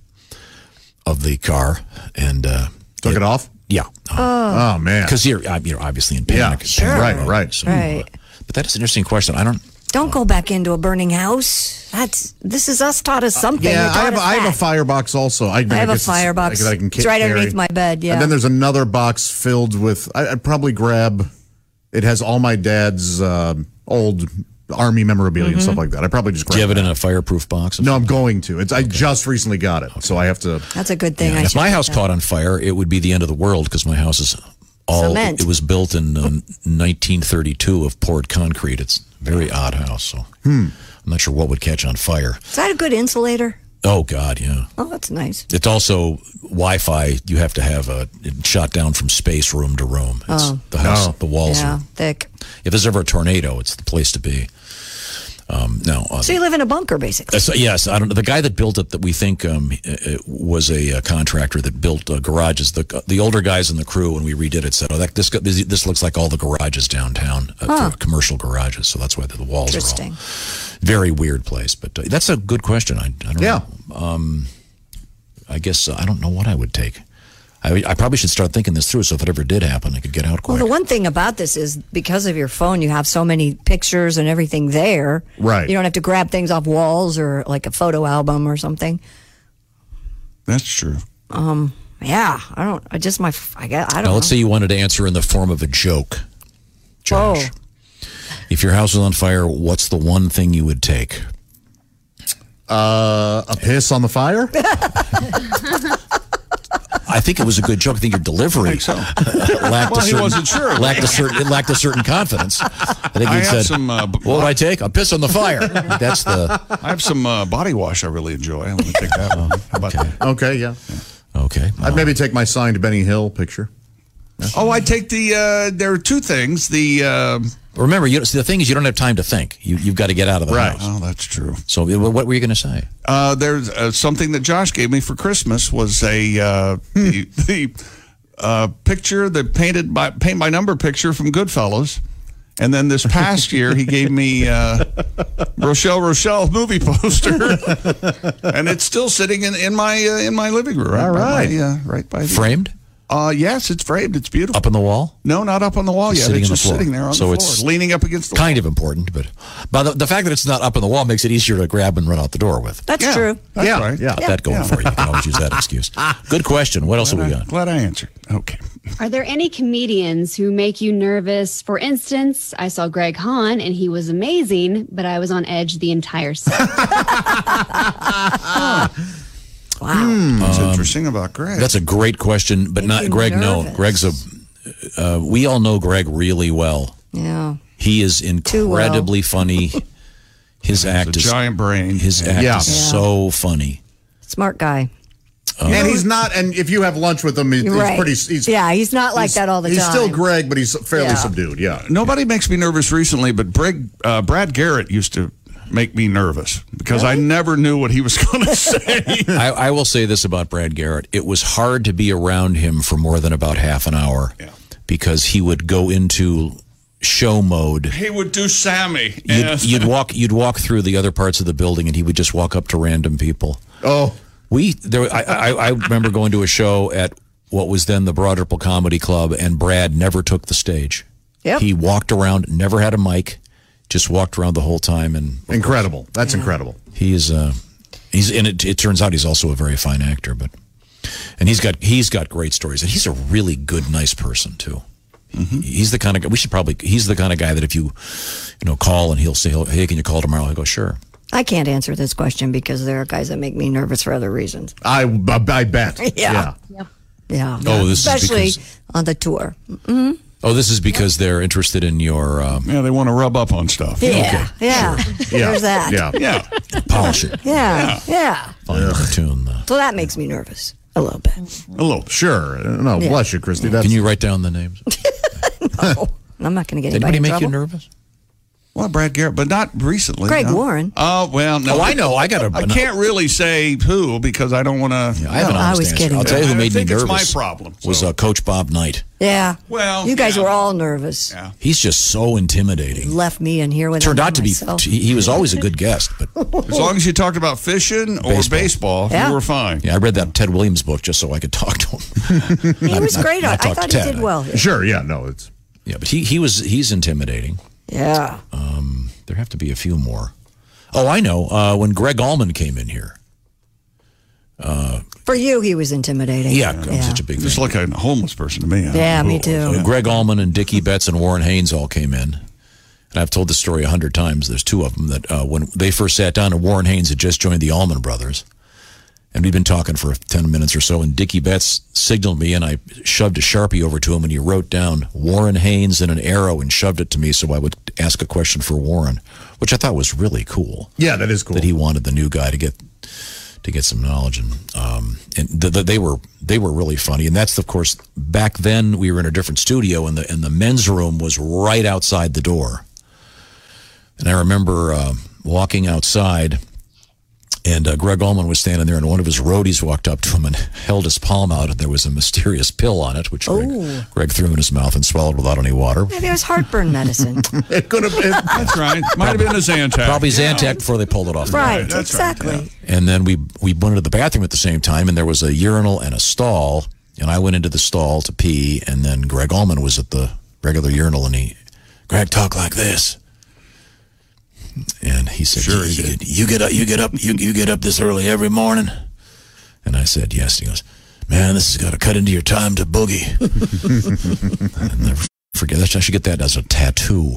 of the car, and uh, Took it off? yeah, Oh man. because you're ob- you're obviously in Yeah. panic. Sure. Panic. Right, right. So, uh, Right. But that is an interesting question. I don't. Don't go back into a burning house. That's this is us taught us something. Uh, Yeah, It taught I have, us I have that. a firebox also. I I, have a guess it's- firebox. I, I can It's right carry. underneath my bed, yeah. And then there's another box filled with. I, I'd probably grab. It has all my dad's uh, old army memorabilia Mm-hmm. and stuff like that. I probably just grab. Do you have it that. in a fireproof box? No, I'm going to. It's. I just recently got it, so I have to. That's a good thing. I And if should my get house that. caught on fire, it would be the end of the world because my house is all. Cement. It was built in um, 1932 of poured concrete. It's a very odd house. So I'm not sure what would catch on fire. Is that a good insulator? Oh God, yeah. Oh, that's nice. It's also Wi-Fi. You have to have a it shot down from space room to room. It's the house. The walls. Oh. Yeah, Are, thick. if there's ever a tornado, it's the place to be. Um, no. uh, So you live in a bunker, basically. so, yes, I don't know. The guy that built it, that we think um, uh, uh, was a uh, contractor that built uh, garages. The the older guys in the crew when we redid it said, "Oh, that, this go- this this looks like all the garages downtown, uh, for commercial garages." So that's why the, the walls are Interesting. all very weird place. But uh, that's a good question. I, I don't Yeah. know. Um, I guess uh, I don't know what I would take. I, I probably should start thinking this through. So if it ever did happen, I could get out Well, quick. the one thing about this is because of your phone, you have so many pictures and everything there. Right. You don't have to grab things off walls or like a photo album or something. That's true. Yeah, I don't. I just my. f- I guess I don't. now, know. let's say you wanted to answer in the form of a joke, Oh, Josh. If your house was on fire, what's the one thing you would take? Uh, a piss on the fire. I think it was a good joke. I think your delivery lacked Well, a he certain, wasn't sure. Lacked a certain, it lacked a certain confidence. I think I he have said, some, uh, b- "What would I take? A piss on the fire." That's the I have some uh, body wash I really enjoy. I'm going to take that one. How about that? Okay. Yeah. okay. I'd maybe take my signed Benny Hill picture. Oh, I take the. Uh, there are two things. The. Uh, Remember, you, see, the thing is, you don't have time to think. You, you've got to get out of the Right. house. oh, that's true. So, wh- what were you going to say? Uh, there's uh, something that Josh gave me for Christmas was a uh, Hmm. the, the uh, picture, the painted by paint by number picture from Goodfellas, and then this past year he gave me uh, Rochelle Rochelle movie poster, and it's still sitting in, in my uh, in my living room. Right All right. by my, uh, right by the Framed Uh, yes, it's framed. It's beautiful. up on the wall. No, not up on the wall It's yet. sitting it's on the just floor. sitting there on So the it's floor, leaning up against the. Kind of important, but by the, the fact that it's not up on the wall makes it easier to grab and run out the door with. that's Yeah, true. That's Yeah, Uh, right. yeah. Got that going for you. You can always use that excuse. Good question. What else have we got? Glad I answered. Okay. Are there any comedians who make you nervous? For instance, I saw Greg Hahn and he was amazing, but I was on edge the entire set. Wow. hmm. What's interesting about Greg? That's a great question, but Makes not me Greg. No, nervous. Greg's a. Uh, we all know Greg really well. Yeah. He is well. incredibly funny. His act a is giant brain. His act Yeah. is Yeah. so funny. Smart guy. Oh. and he's not. And if you have lunch with him, he, he's You're right. pretty. He's, yeah, he's not like that all the he's time. still Greg, but he's fairly Yeah. subdued. Yeah. Nobody makes me nervous recently, but Brig, uh, Brad Garrett used to make me nervous because I never knew what he was going to say. I, I will say this about Brad Garrett: it was hard to be around him for more than about half an hour Yeah. because he would go into show mode. he would do Sammy. You'd, you'd walk, you'd walk through the other parts of the building, and he would just walk up to random people. Oh. We there. I, I, I remember going to a show at what was then the Broad Ripple Comedy Club, and Brad never took the stage. Yep. He walked around, never had a mic, just walked around the whole time, and Incredible. That's incredible. he is uh he's and it, it turns out he's also a very fine actor but and he's got he's got great stories and he's a really good nice person too he's the kind of guy we should probably he's the kind of guy that if you you know call and he'll say hey can you call tomorrow i go sure I can't answer this question because there are guys that make me nervous for other reasons. I, I, I bet. Yeah. Yeah. Oh, this is especially because- on the tour. oh this is because they're interested in your um, Yeah, they want to rub up on stuff. Yeah. Yeah. Yeah. There's that. Yeah. Yeah. polish it Yeah. Yeah. find the tune uh, So that makes me nervous a little bit. Hello. Sure. Uh, No, bless you, Christy. That's, can you write down the names did I'm not going to get anybody anybody in make trouble. you nervous Well, Brad Garrett, but not recently. Greg no. Warren. Oh, well, no. oh i know i got a I can't really say who because I don't want to. I, have an No, I honest was answer. kidding. I'll tell you who I made think me it's nervous. my problem, so. was uh, Coach Bob Knight. Yeah. Well, you guys yeah. were all nervous. He's just so intimidating. Left me in here with turned him out to be myself. he, he was always a good guest but As long as you talked about fishing or Baseball. baseball, Yeah. you were fine. yeah i read that ted williams book just so i could talk to him He was great. I, not I talk to thought he Ted, did I- well. Sure. Yeah. No, it's. yeah but he he was he's intimidating Yeah. there have to be a few more oh i know uh, when greg allman came in here For you, he was intimidating. yeah, i'm such a big Just fan. like a homeless person to me. I don't Yeah, know who me it was. too. When greg allman and dickie betts and warren haynes all came in and i've told this story a hundred times there's two of them that uh, when they first sat down and warren haynes had just joined the allman brothers and we'd been talking for 10 minutes or so and dickie betts signaled me and i shoved a sharpie over to him and he wrote down warren haynes and an arrow and shoved it to me so i would ask a question for warren which i thought was really cool Yeah, that is cool. that he wanted the new guy to get to get some knowledge and um and th- th- they were they were really funny and that's of course back then we were in a different studio and the and the men's room was right outside the door and I remember um walking outside and uh, Greg Allman was standing there, and one of his roadies walked up to him and held his palm out, and there was a mysterious pill on it, which Greg, Greg threw in his mouth and swallowed without any water. Maybe it was heartburn medicine. it could have been. That's right. Might have been a Zantac. Probably Zantac before they pulled it off. the right. right, exactly. And then we we went into the bathroom at the same time, and there was a urinal and a stall. And I went into the stall to pee, and then Greg Allman was at the regular urinal, and he, Greg, talk like this. And he said, sure, you, you get up, you get up, you, you get up this early every morning. And I said, yes. And he goes, man, this has got to cut into your time to boogie. I never forget that. I should get that as a tattoo.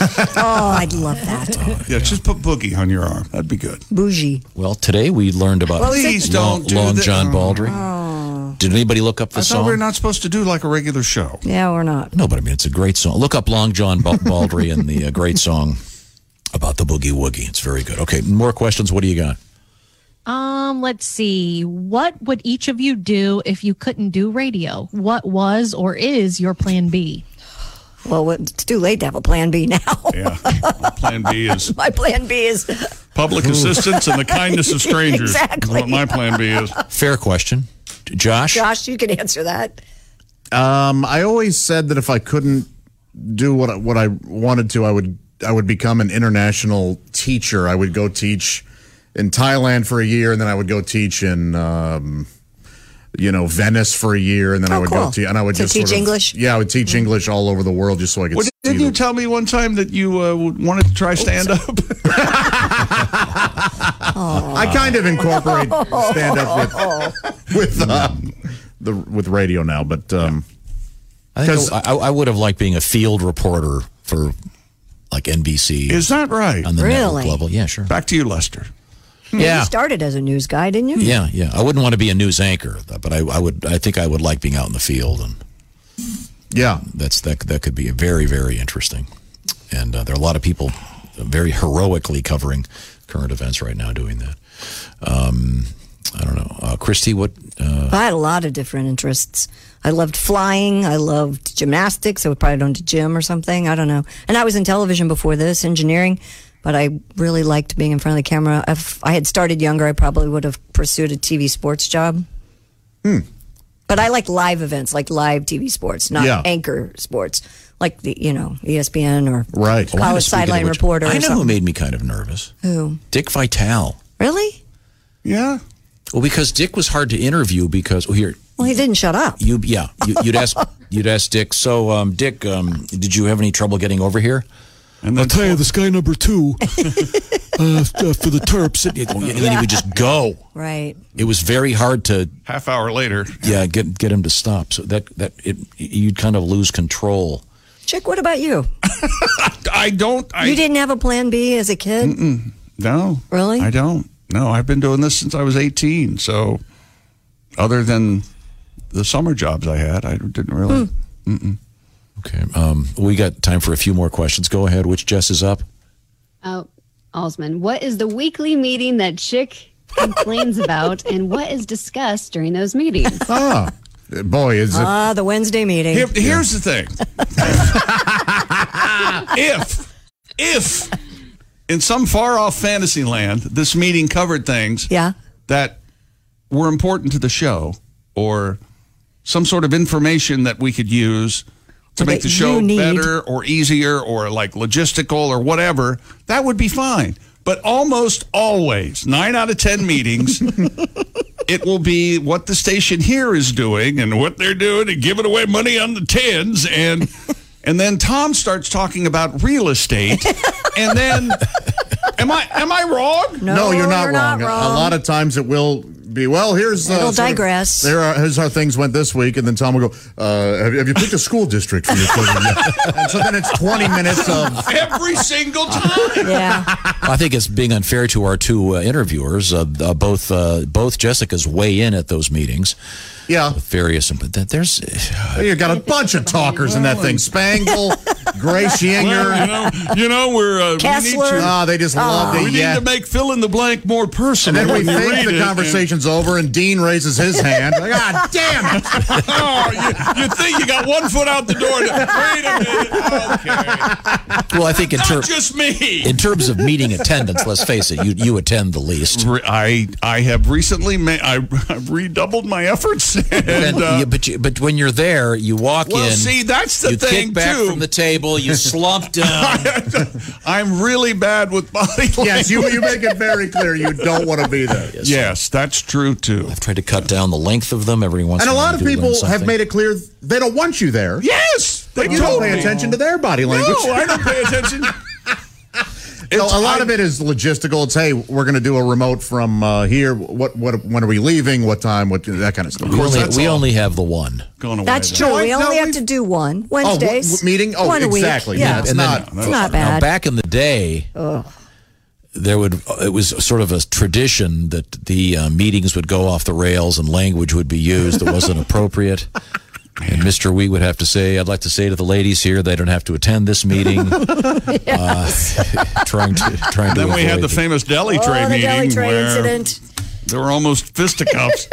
Oh, I'd love that. Yeah, just put boogie on your arm. That'd be good. Bougie. Well, today we learned about Please Long, don't do Long that. Oh. John Baldry. Did anybody look up the I song? thought we were not supposed to do like a regular show. Yeah, we're not. No, but I mean, it's a great song. Look up Long John Bal- Baldry and the uh, great song about the boogie woogie. It's very good. Okay, more questions. What do you got? Um, let's see. What would each of you do if you couldn't do radio? What was or is your plan B? Well, it's too late to have a plan B now. Yeah. plan B is My plan B is public assistance and the kindness of strangers. Exactly. Is what my plan B is. Fair question. J- Josh? Josh, you can answer that. Um, I always said that if I couldn't do what I- what I wanted to, I would I would become an international teacher. I would go teach in Thailand for a year, and then I would go teach in. Um, you know Venice for a year, and then I Oh, would cool. go teach, and I would To just teach sort of, English? Mm. Yeah, I would teach English all over the world just so I could. Well, see didn't you the- tell me one time that you uh, wanted to try stand up? I kind of incorporate stand up with with uh, the with radio now, but um, I, think 'Cause- I, I would have liked being a field reporter for like NBC is that right? on the network Really? level. Yeah, sure. Back to you, Lester. Yeah. You started as a news guy, didn't you? Yeah, yeah. I wouldn't want to be a news anchor, but I, I would. I think I would like being out in the field, and yeah, that's that. That could be very, very interesting. And uh, there are a lot of people very heroically covering current events right now doing that. Um, I don't know, uh, Christy. What? Uh, I had a lot of different interests. I loved flying. I loved gymnastics. I would probably go into gym or something. I don't know. And I was in television before this, engineering, but I really liked being in front of the camera. If I had started younger, I probably would have pursued a TV sports job. Hmm. But I like live events, like live TV sports, not Yeah. anchor sports, like the you know E ESPN or Right. college oh, I know, speaking of sideline which, reporter. I or know who something. made me kind of nervous. Who? Dick Vitale. Really? Yeah. Well, because Dick was hard to interview because well, here Well, he didn't shut up. you yeah you, you'd ask you'd ask Dick. So um, Dick, um, did you have any trouble getting over here? And I'll then tell you, this guy number two uh, uh, for the Terps. Sit- And then he would just go. Right. It was very hard to half hour later, yeah get get him to stop. So that that it you'd kind of lose control. Chick, what about you? I don't. I you didn't have a plan B as a kid? no. Really? I don't. No, I've been doing this since I was 18. So, other than the summer jobs I had, I didn't really. Okay, um, we got time for a few more questions. Go ahead. Which Jess is up? Oh, Alsman, what is the weekly meeting that Chick complains about, and what is discussed during those meetings? Ah, boy, is it. Ah, the Wednesday meeting. Here- here's the thing. if, if, in some far off fantasy land, this meeting covered things Yeah. that were important to the show or some sort of information that we could use to make That the show you need. better or easier or like logistical or whatever, that would be fine. But almost always, nine out of 10 meetings, it will be what the station here is doing and what they're doing and giving away money on the tens and and then Tom starts talking about real estate and then am I am I wrong? no, you're not, wrong. A lot of of times it will be, well, here's. Uh, It'll sort of- digress. there are, here's how things went this week. And then Tom will go, uh, have, have you picked a school district for your children yet? and so then it's 20 minutes of. Every single time. yeah. I think it's being unfair to our two uh, interviewers. Uh, uh, both uh, both Jessica's weigh in at those meetings. Yeah. Various, but that, there's You got a bunch of talkers in that thing. Spangle, Grace Yinger. Well, you know, you know, we're uh, we need Kessler. to, Ah, they just love we it. need Yeah. to make fill in the blank more And personal. then we when you think read the it, conversation's over, and Dean raises his hand. Like, ah, damn it! and- oh, you, you think you got one foot out the door? and- Wait a minute. Okay, well, I think in not terms just me. in terms of meeting attendance, let's face it, you you attend the least. Re- I I have recently ma- I I've redoubled my efforts and. And, Uh, yeah, but you, but when you're there, you walk well, in. see, that's the you thing kick back too. from the table. You slump down. I'm really bad with body language. Yes, you, you make it very clear you don't want to be there. Yes, that's true too. I've tried to cut down the length of them every once. And a in while you lot of do learn people have something. made it clear they don't want you there. Yes, they You told don't pay me. attention to their body language. No, I don't pay attention. So It's- a lot I- of it is logistical. It's hey, we're going to do a remote from uh, here. What what when are we leaving? What time? What that kind of stuff. We, course, only, that's we all. only have the one. Going away That's then. true. No, we no, only have we've- to do one Wednesdays. w- meeting? Oh, one a week. exactly. Yeah, Yeah. it's it's not- not, no, that's Now, bad. back in the day, there would it was sort of a tradition that the uh, meetings would go off the rails and language would be used that wasn't appropriate. And Mr. Wee would have to say, "I'd like to say to the ladies here, they don't have to attend this meeting." uh, trying to trying to. Then we had avoid the famous deli tray oh, the meeting deli tray where incident. there were almost fisticuffs.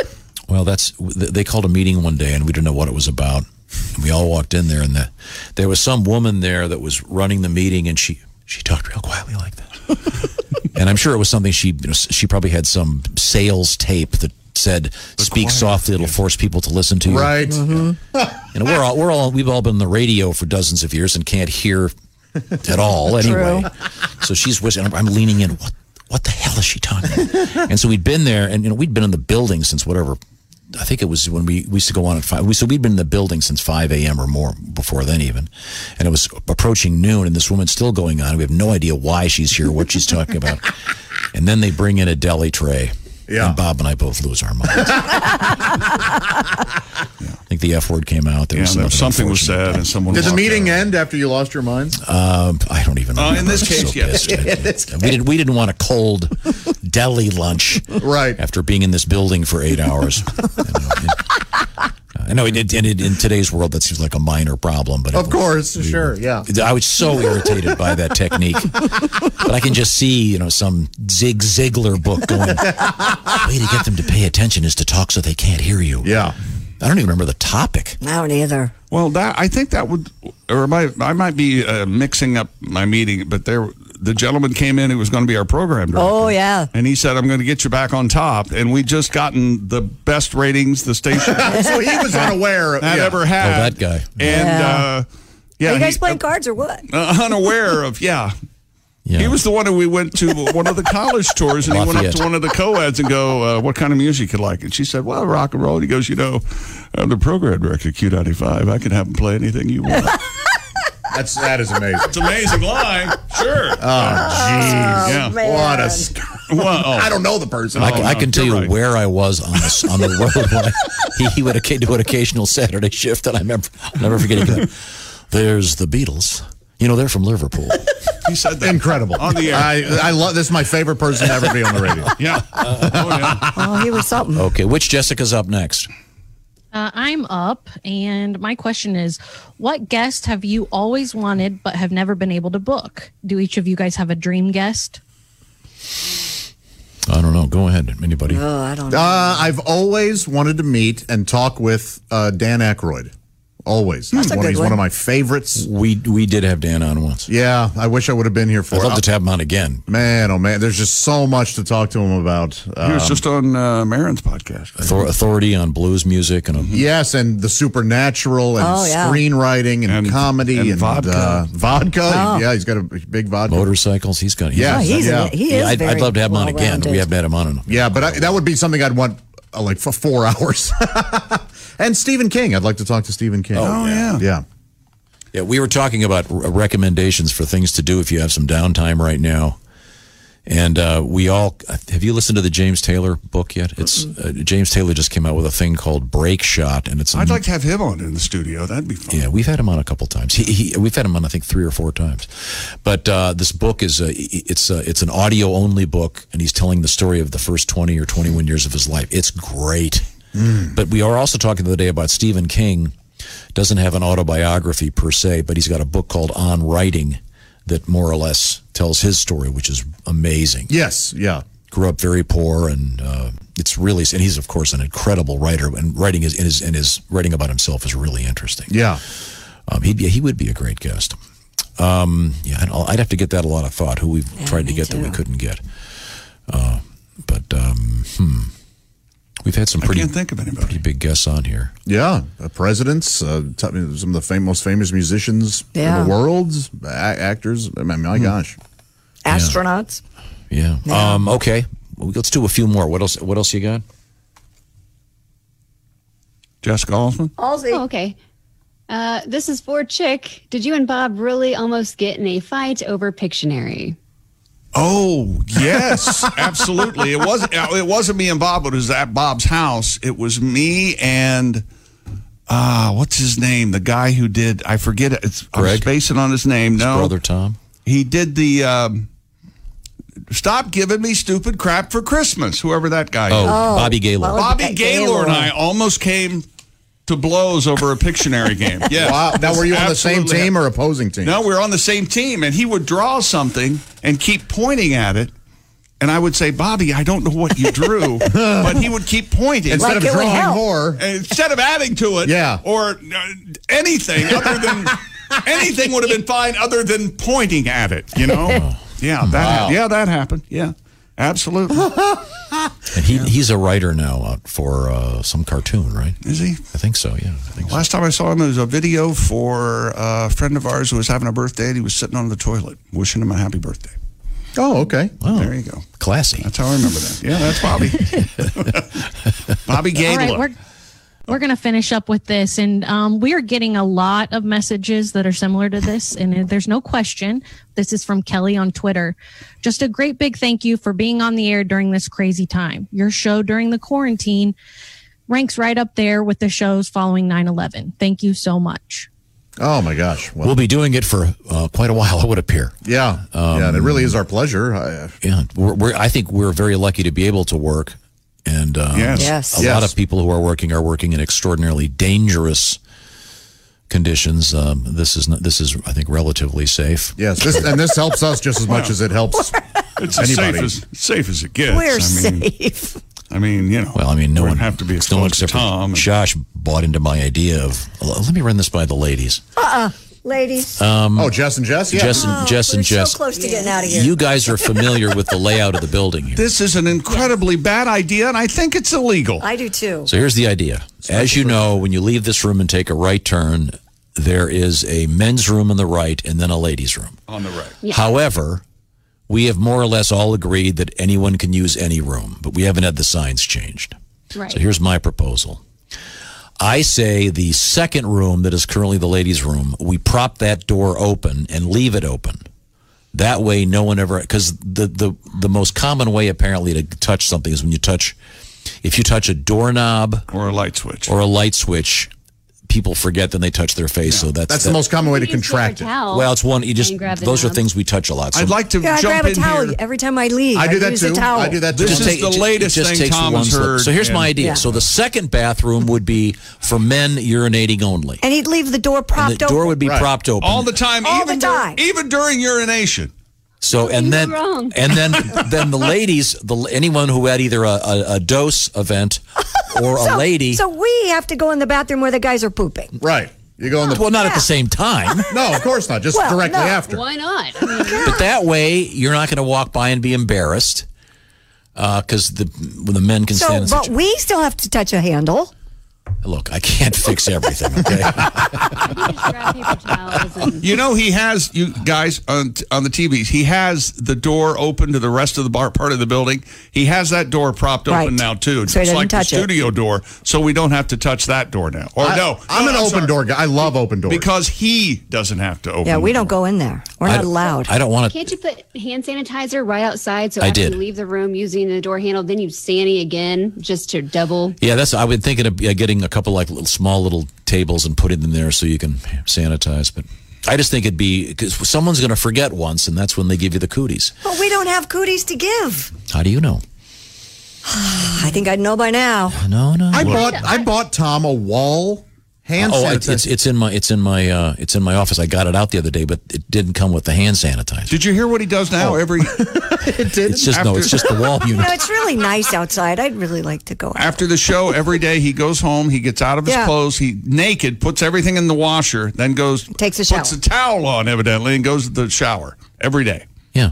Well, that's they called a meeting one day, and we didn't know what it was about. And we all walked in there, and the, there was some woman there that was running the meeting, and she she talked real quietly like that. and I'm sure it was something she you know, she probably had some sales tape that said "Speak softly; it'll force people to listen to you." Right. And we're all we're all we've all been on the radio for dozens of years and can't hear at all anyway. So she's whispering. I'm, I'm leaning in. What what the hell is she talking? about? and so we'd been there, and you know we'd been in the building since whatever. I think it was when we, we used to go on at five. We, so we'd been in the building since five a.m. or more before then even, and it was approaching noon, and this woman's still going on. We have no idea why she's here, what she's talking about, and then they bring in a deli tray. Yeah. And Bob and I both lose our minds. I think the F word came out. There Yeah, was there was something was unfortunate- said, and someone Did the walked meeting out. end after you lost your minds? Um, I don't even. Uh, in remember. this I was case, yes. pissed. we didn't. We didn't want a cold deli lunch Right. after being in this building for eight hours. You know, and- I know, it, and it, in today's world, that seems like a minor problem, but it Of was- course. Sure. Yeah. I was so irritated by that technique, but I can just see, you know, some Zig Ziglar book going. The way to get them to pay attention is to talk so they can't hear you. Yeah. I don't even remember the topic. I don't either. Well, that I think that would, or my, I might be uh, mixing up my meeting, but there the gentleman came in who was going to be our program director. Oh, yeah. and he said, "I'm going to get you back on top," and we just gotten the best ratings the station had So he was unaware. Of, yeah. ever had. Oh, that guy. and Yeah. uh, yeah, Are you guys he- playing cards or what? uh, unaware of yeah. Yeah. He was the one who we went to one of the college tours, and he went up Lafayette. to one of the co-eds and go, uh, "What kind of music you like?" And she said, "Well, rock and roll." And he goes, "You know, I'm the program director at Q95. I can have them play anything you want." That's that is amazing. It's an amazing line, sure. Oh, Jeez, yeah. man. what a st- Well, oh. I don't know the person. Oh, I, can, I no, can tell you you're right. where I was on the, on the road. When I, he, he would occa- do an occasional Saturday shift, and I remember I'll never forget. Him. There's the Beatles. You know they're from Liverpool. He said that. Incredible On the air. I, I love this. Is my favorite person to ever be on the radio. Yeah. Oh, yeah. Oh, he was something. Okay, which Jessica's up next? Uh, I'm up, and my question is What guest have you always wanted but have never been able to book? Do each of you guys have a dream guest? I don't know. Go ahead, anybody. Oh, I don't know. Uh, I've always wanted to meet and talk with uh, Dan Aykroyd. Always. He's a one, good he's one. one of my favorites. we we did have Dan on once. Yeah, I wish I would have been here for I'd it. love uh, to have him on again. Man, oh man, there's just so much to talk to him about. He Uh, was just on uh, Marin's podcast. Author- uh, authority on blues music and a, yes, and the supernatural and Oh, yeah. screenwriting and, And- comedy and and, vodka. Uh, vodka. Yeah, he's got a big vodka. motorcycles. He's got. Yeah, Oh, he's- he's yeah. a, he is. yeah, I'd, I'd very love to have him on again. We well-rounded. haven't had him on. In, Yeah, but I, that would be something I'd want uh, like for four hours. and Stephen King. I'd like to talk to Stephen King. Oh, yeah. Yeah. Yeah, we were talking about r- uh, recommendations for things to do if you have some downtime right now. And uh, we all have you listened to the James Taylor book yet? It's uh, James Taylor just came out with a thing called Break Shot, and it's I'd like to have him on in the studio. That'd be fun. yeah, we've had him on a couple times. He, he we've had him on I think three or four times. But uh, this book is a, it's a, it's an audio only book, and he's telling the story of the first twenty or twenty one years of his life. It's great. But we are also talking the other day about Stephen King. Doesn't have an autobiography per se, but he's got a book called On Writing that more or less tells his story, which is amazing Yes. Yeah. grew up very poor and uh, it's really and he's of course an incredible writer and writing is and his and his writing about himself is really interesting Yeah. um, he'd be, he would be a great guest um, yeah I'd, I'd have to get that a lot of thought who we've tried to me get that we too. couldn't get uh, but um, hmm we've had some I pretty can't think of pretty anybody. big guests on here Yeah. Uh, presidents, uh, t- some of the fam- most famous musicians Yeah. in the world, a- actors. I mean, Hmm. my gosh. Astronauts. yeah, Um, okay Well, let's do a few more what else what else you got Jessica Altman? Aussie. Oh, okay. Uh, this is for Chick. Did you and Bob really almost get in a fight over Pictionary? Oh yes, absolutely. It was not it wasn't me and Bob, but it was at Bob's house. It was me and ah, what's his name? The guy who did I forget it. It's, I'm Greg? spacing on his name. no, brother Tom he did the um, stop giving me stupid crap for Christmas. Whoever that guy. oh, is. Bobby Gaylord Bobby Bobby Gaylor Gaylor. and I almost came to blows over a Pictionary game. Yeah. Wow. Now, were you on the same Absolutely. team or opposing team? No, we were on the same team, and he would draw something and keep pointing at it. And I would say, Bobby, I don't know what you drew, but he would keep pointing. Instead Like of it would drawing help. more. And Instead of adding to it, Yeah. or uh, anything other than anything would have been fine other than pointing at it, you know? yeah, that hap- yeah, that happened. Yeah, absolutely. and he, he's a writer now out for uh, some cartoon right Is he? I think so yeah I think so. Last time I saw him, it was a video for uh, a friend of ours who was having a birthday, and he was sitting on the toilet wishing him a happy birthday. Oh, okay. Oh, There you go. Classy. That's how I remember that. Yeah, that's Bobby. Bobby All Gaylor. right, we're we're gonna finish up with this, and um, we are getting a lot of messages that are similar to this, and there's no question. This is from Kelly on Twitter. Just a great big thank you for being on the air during this crazy time. Your show during the quarantine ranks right up there with the shows following 9/11. Thank you so much. Oh, my gosh. Well, We'll be doing it for uh, quite a while, it would appear. yeah. yeah. And it really is um, our pleasure. I, uh, Yeah, we're, we're, I think we're very lucky to be able to work, and um, Yes. Yes. a lot Yes. of people who are working are working in extraordinarily dangerous conditions. Um, this is not, this is, I think, relatively safe. yes. This, and this helps us just as much as it helps. It's as safe Anybody. as, safe as it gets. We're I mean, safe. I mean, you know. Well, I mean, no we one have to be no one exposed to except for Tom. and- Josh bought into my idea of "Well, let me run this by the ladies. Ladies, oh, Jess and Jess? Yeah. Jess and Jess we're and Jess, Oh, so close to getting out of here. you guys are familiar with the layout of the building here. This is an incredibly bad idea, and I think it's illegal. I do too. So here's the idea. As you know, when you leave this room and take a right turn, there is a men's room on the right and then a ladies' room. on the right. However, we have more or less all agreed that anyone can use any room, but we haven't had the signs changed. Right. So here's my proposal. I say the second room that is currently the ladies' room, we prop that door open and leave it open. That way, no one ever because the, the the most common way apparently to touch something is when you touch, if you touch a doorknob or a light switch. or a light switch, people forget then they touch their face. So that's That's the most common way to contract it. Oh. Well, it's one you just And grab the those are knob. things we touch a lot. So I'd like to Yeah, I jump grab a in towel here. every time I leave. I do that use a too. towel. I do that too. This is the it ju- latest it just thing takes Tom one has slip. heard, So here's my and- idea. Yeah. So the second bathroom would be for men urinating only. And he'd leave the door And the propped door open. would be Right. propped open. all the time, All even the time. Dur- even during urination. So and you're then wrong. and then then the ladies, the anyone who had either a, a, a dose event or a lady. So we have to go in the bathroom where the guys are pooping. Right. You go in the. well, not at the same time, No, of course not. Just Well, directly no. after. why not? I mean, but that way you're not going to walk by and be embarrassed because the the men can stand. So, in but such- we still have to touch a handle. Look, I can't fix everything. Okay. you just grab paper towels and You know, he has you guys on on the TVs. He has the door open to the rest of the bar part of the building. He has that door propped Right. open now too, So he just doesn't like touch the it. studio door. So we don't have to touch that door now. Or I- Oh, no, I'm No, an open sorry. door guy. I love open doors. because he doesn't have to open. Yeah, we the don't door. go in there. We're I not d- allowed. I don't want to. Can't you put hand sanitizer right outside so I after did. you leave the room using the door handle, then you sani again just to double? Yeah, that's. I've been thinking of uh, getting a couple like little small little tables and putting them there so you can sanitize. But I just think it'd be because someone's going to forget once, and that's when they give you the cooties. But we don't have cooties to give. How do you know? I think I'd know by now. No, no. I bought I bought Tom a wall hand oh, it's, sanitizer. it's it's in my it's in my uh, it's in my office. I got it out the other day, but it didn't come with the hand sanitizer. Did you hear what he does Oh. now? Every It's just no. after- It's just the wall You know, unit. it's really nice outside. I'd really like to go out. after the show, every day he goes home. He gets out of his Yeah. clothes. He naked puts everything in the washer. Then goes Takes a Puts shower. a towel on evidently and goes to the shower every day. Yeah.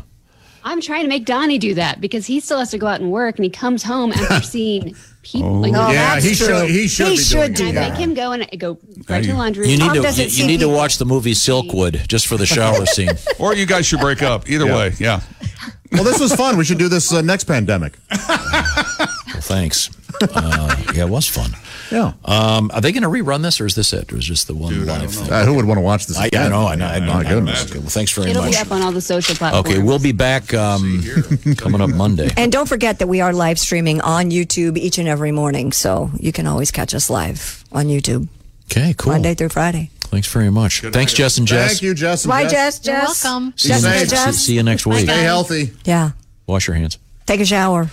I'm trying to make Donnie do that because he still has to go out and work and he comes home after seeing Oh. people. like, No, yeah, that's he true. should he should He be should do doing and it. I that. make him go and I go right to the laundry. You need Tom to doesn't you, see you need to people. watch the movie Silkwood just for the shower scene. Or you guys should break up. Either way, yeah. Well, this was fun. We should do this uh, next pandemic. Well, thanks. Uh, yeah, it was fun. Yeah. Um, are they going to rerun this, or is this it, or is just the one live thing? Uh, who would want to watch this? I, I again? know, I know, I know. My I know. goodness. Okay, well, thanks very It'll much. be up on all the social platforms. Okay, we'll be back um, coming up Monday. And don't forget that we are live streaming on YouTube each and every morning. So you can always catch us live on YouTube Okay, cool. Monday through Friday. Thanks very much. Thanks, Jess and Jess. Thank you, Jess. and Bye, Jess. Jess. Jess. welcome. See you, Jessica, next, Jess. see you next week. Stay healthy. Yeah. Wash your hands. Take a shower.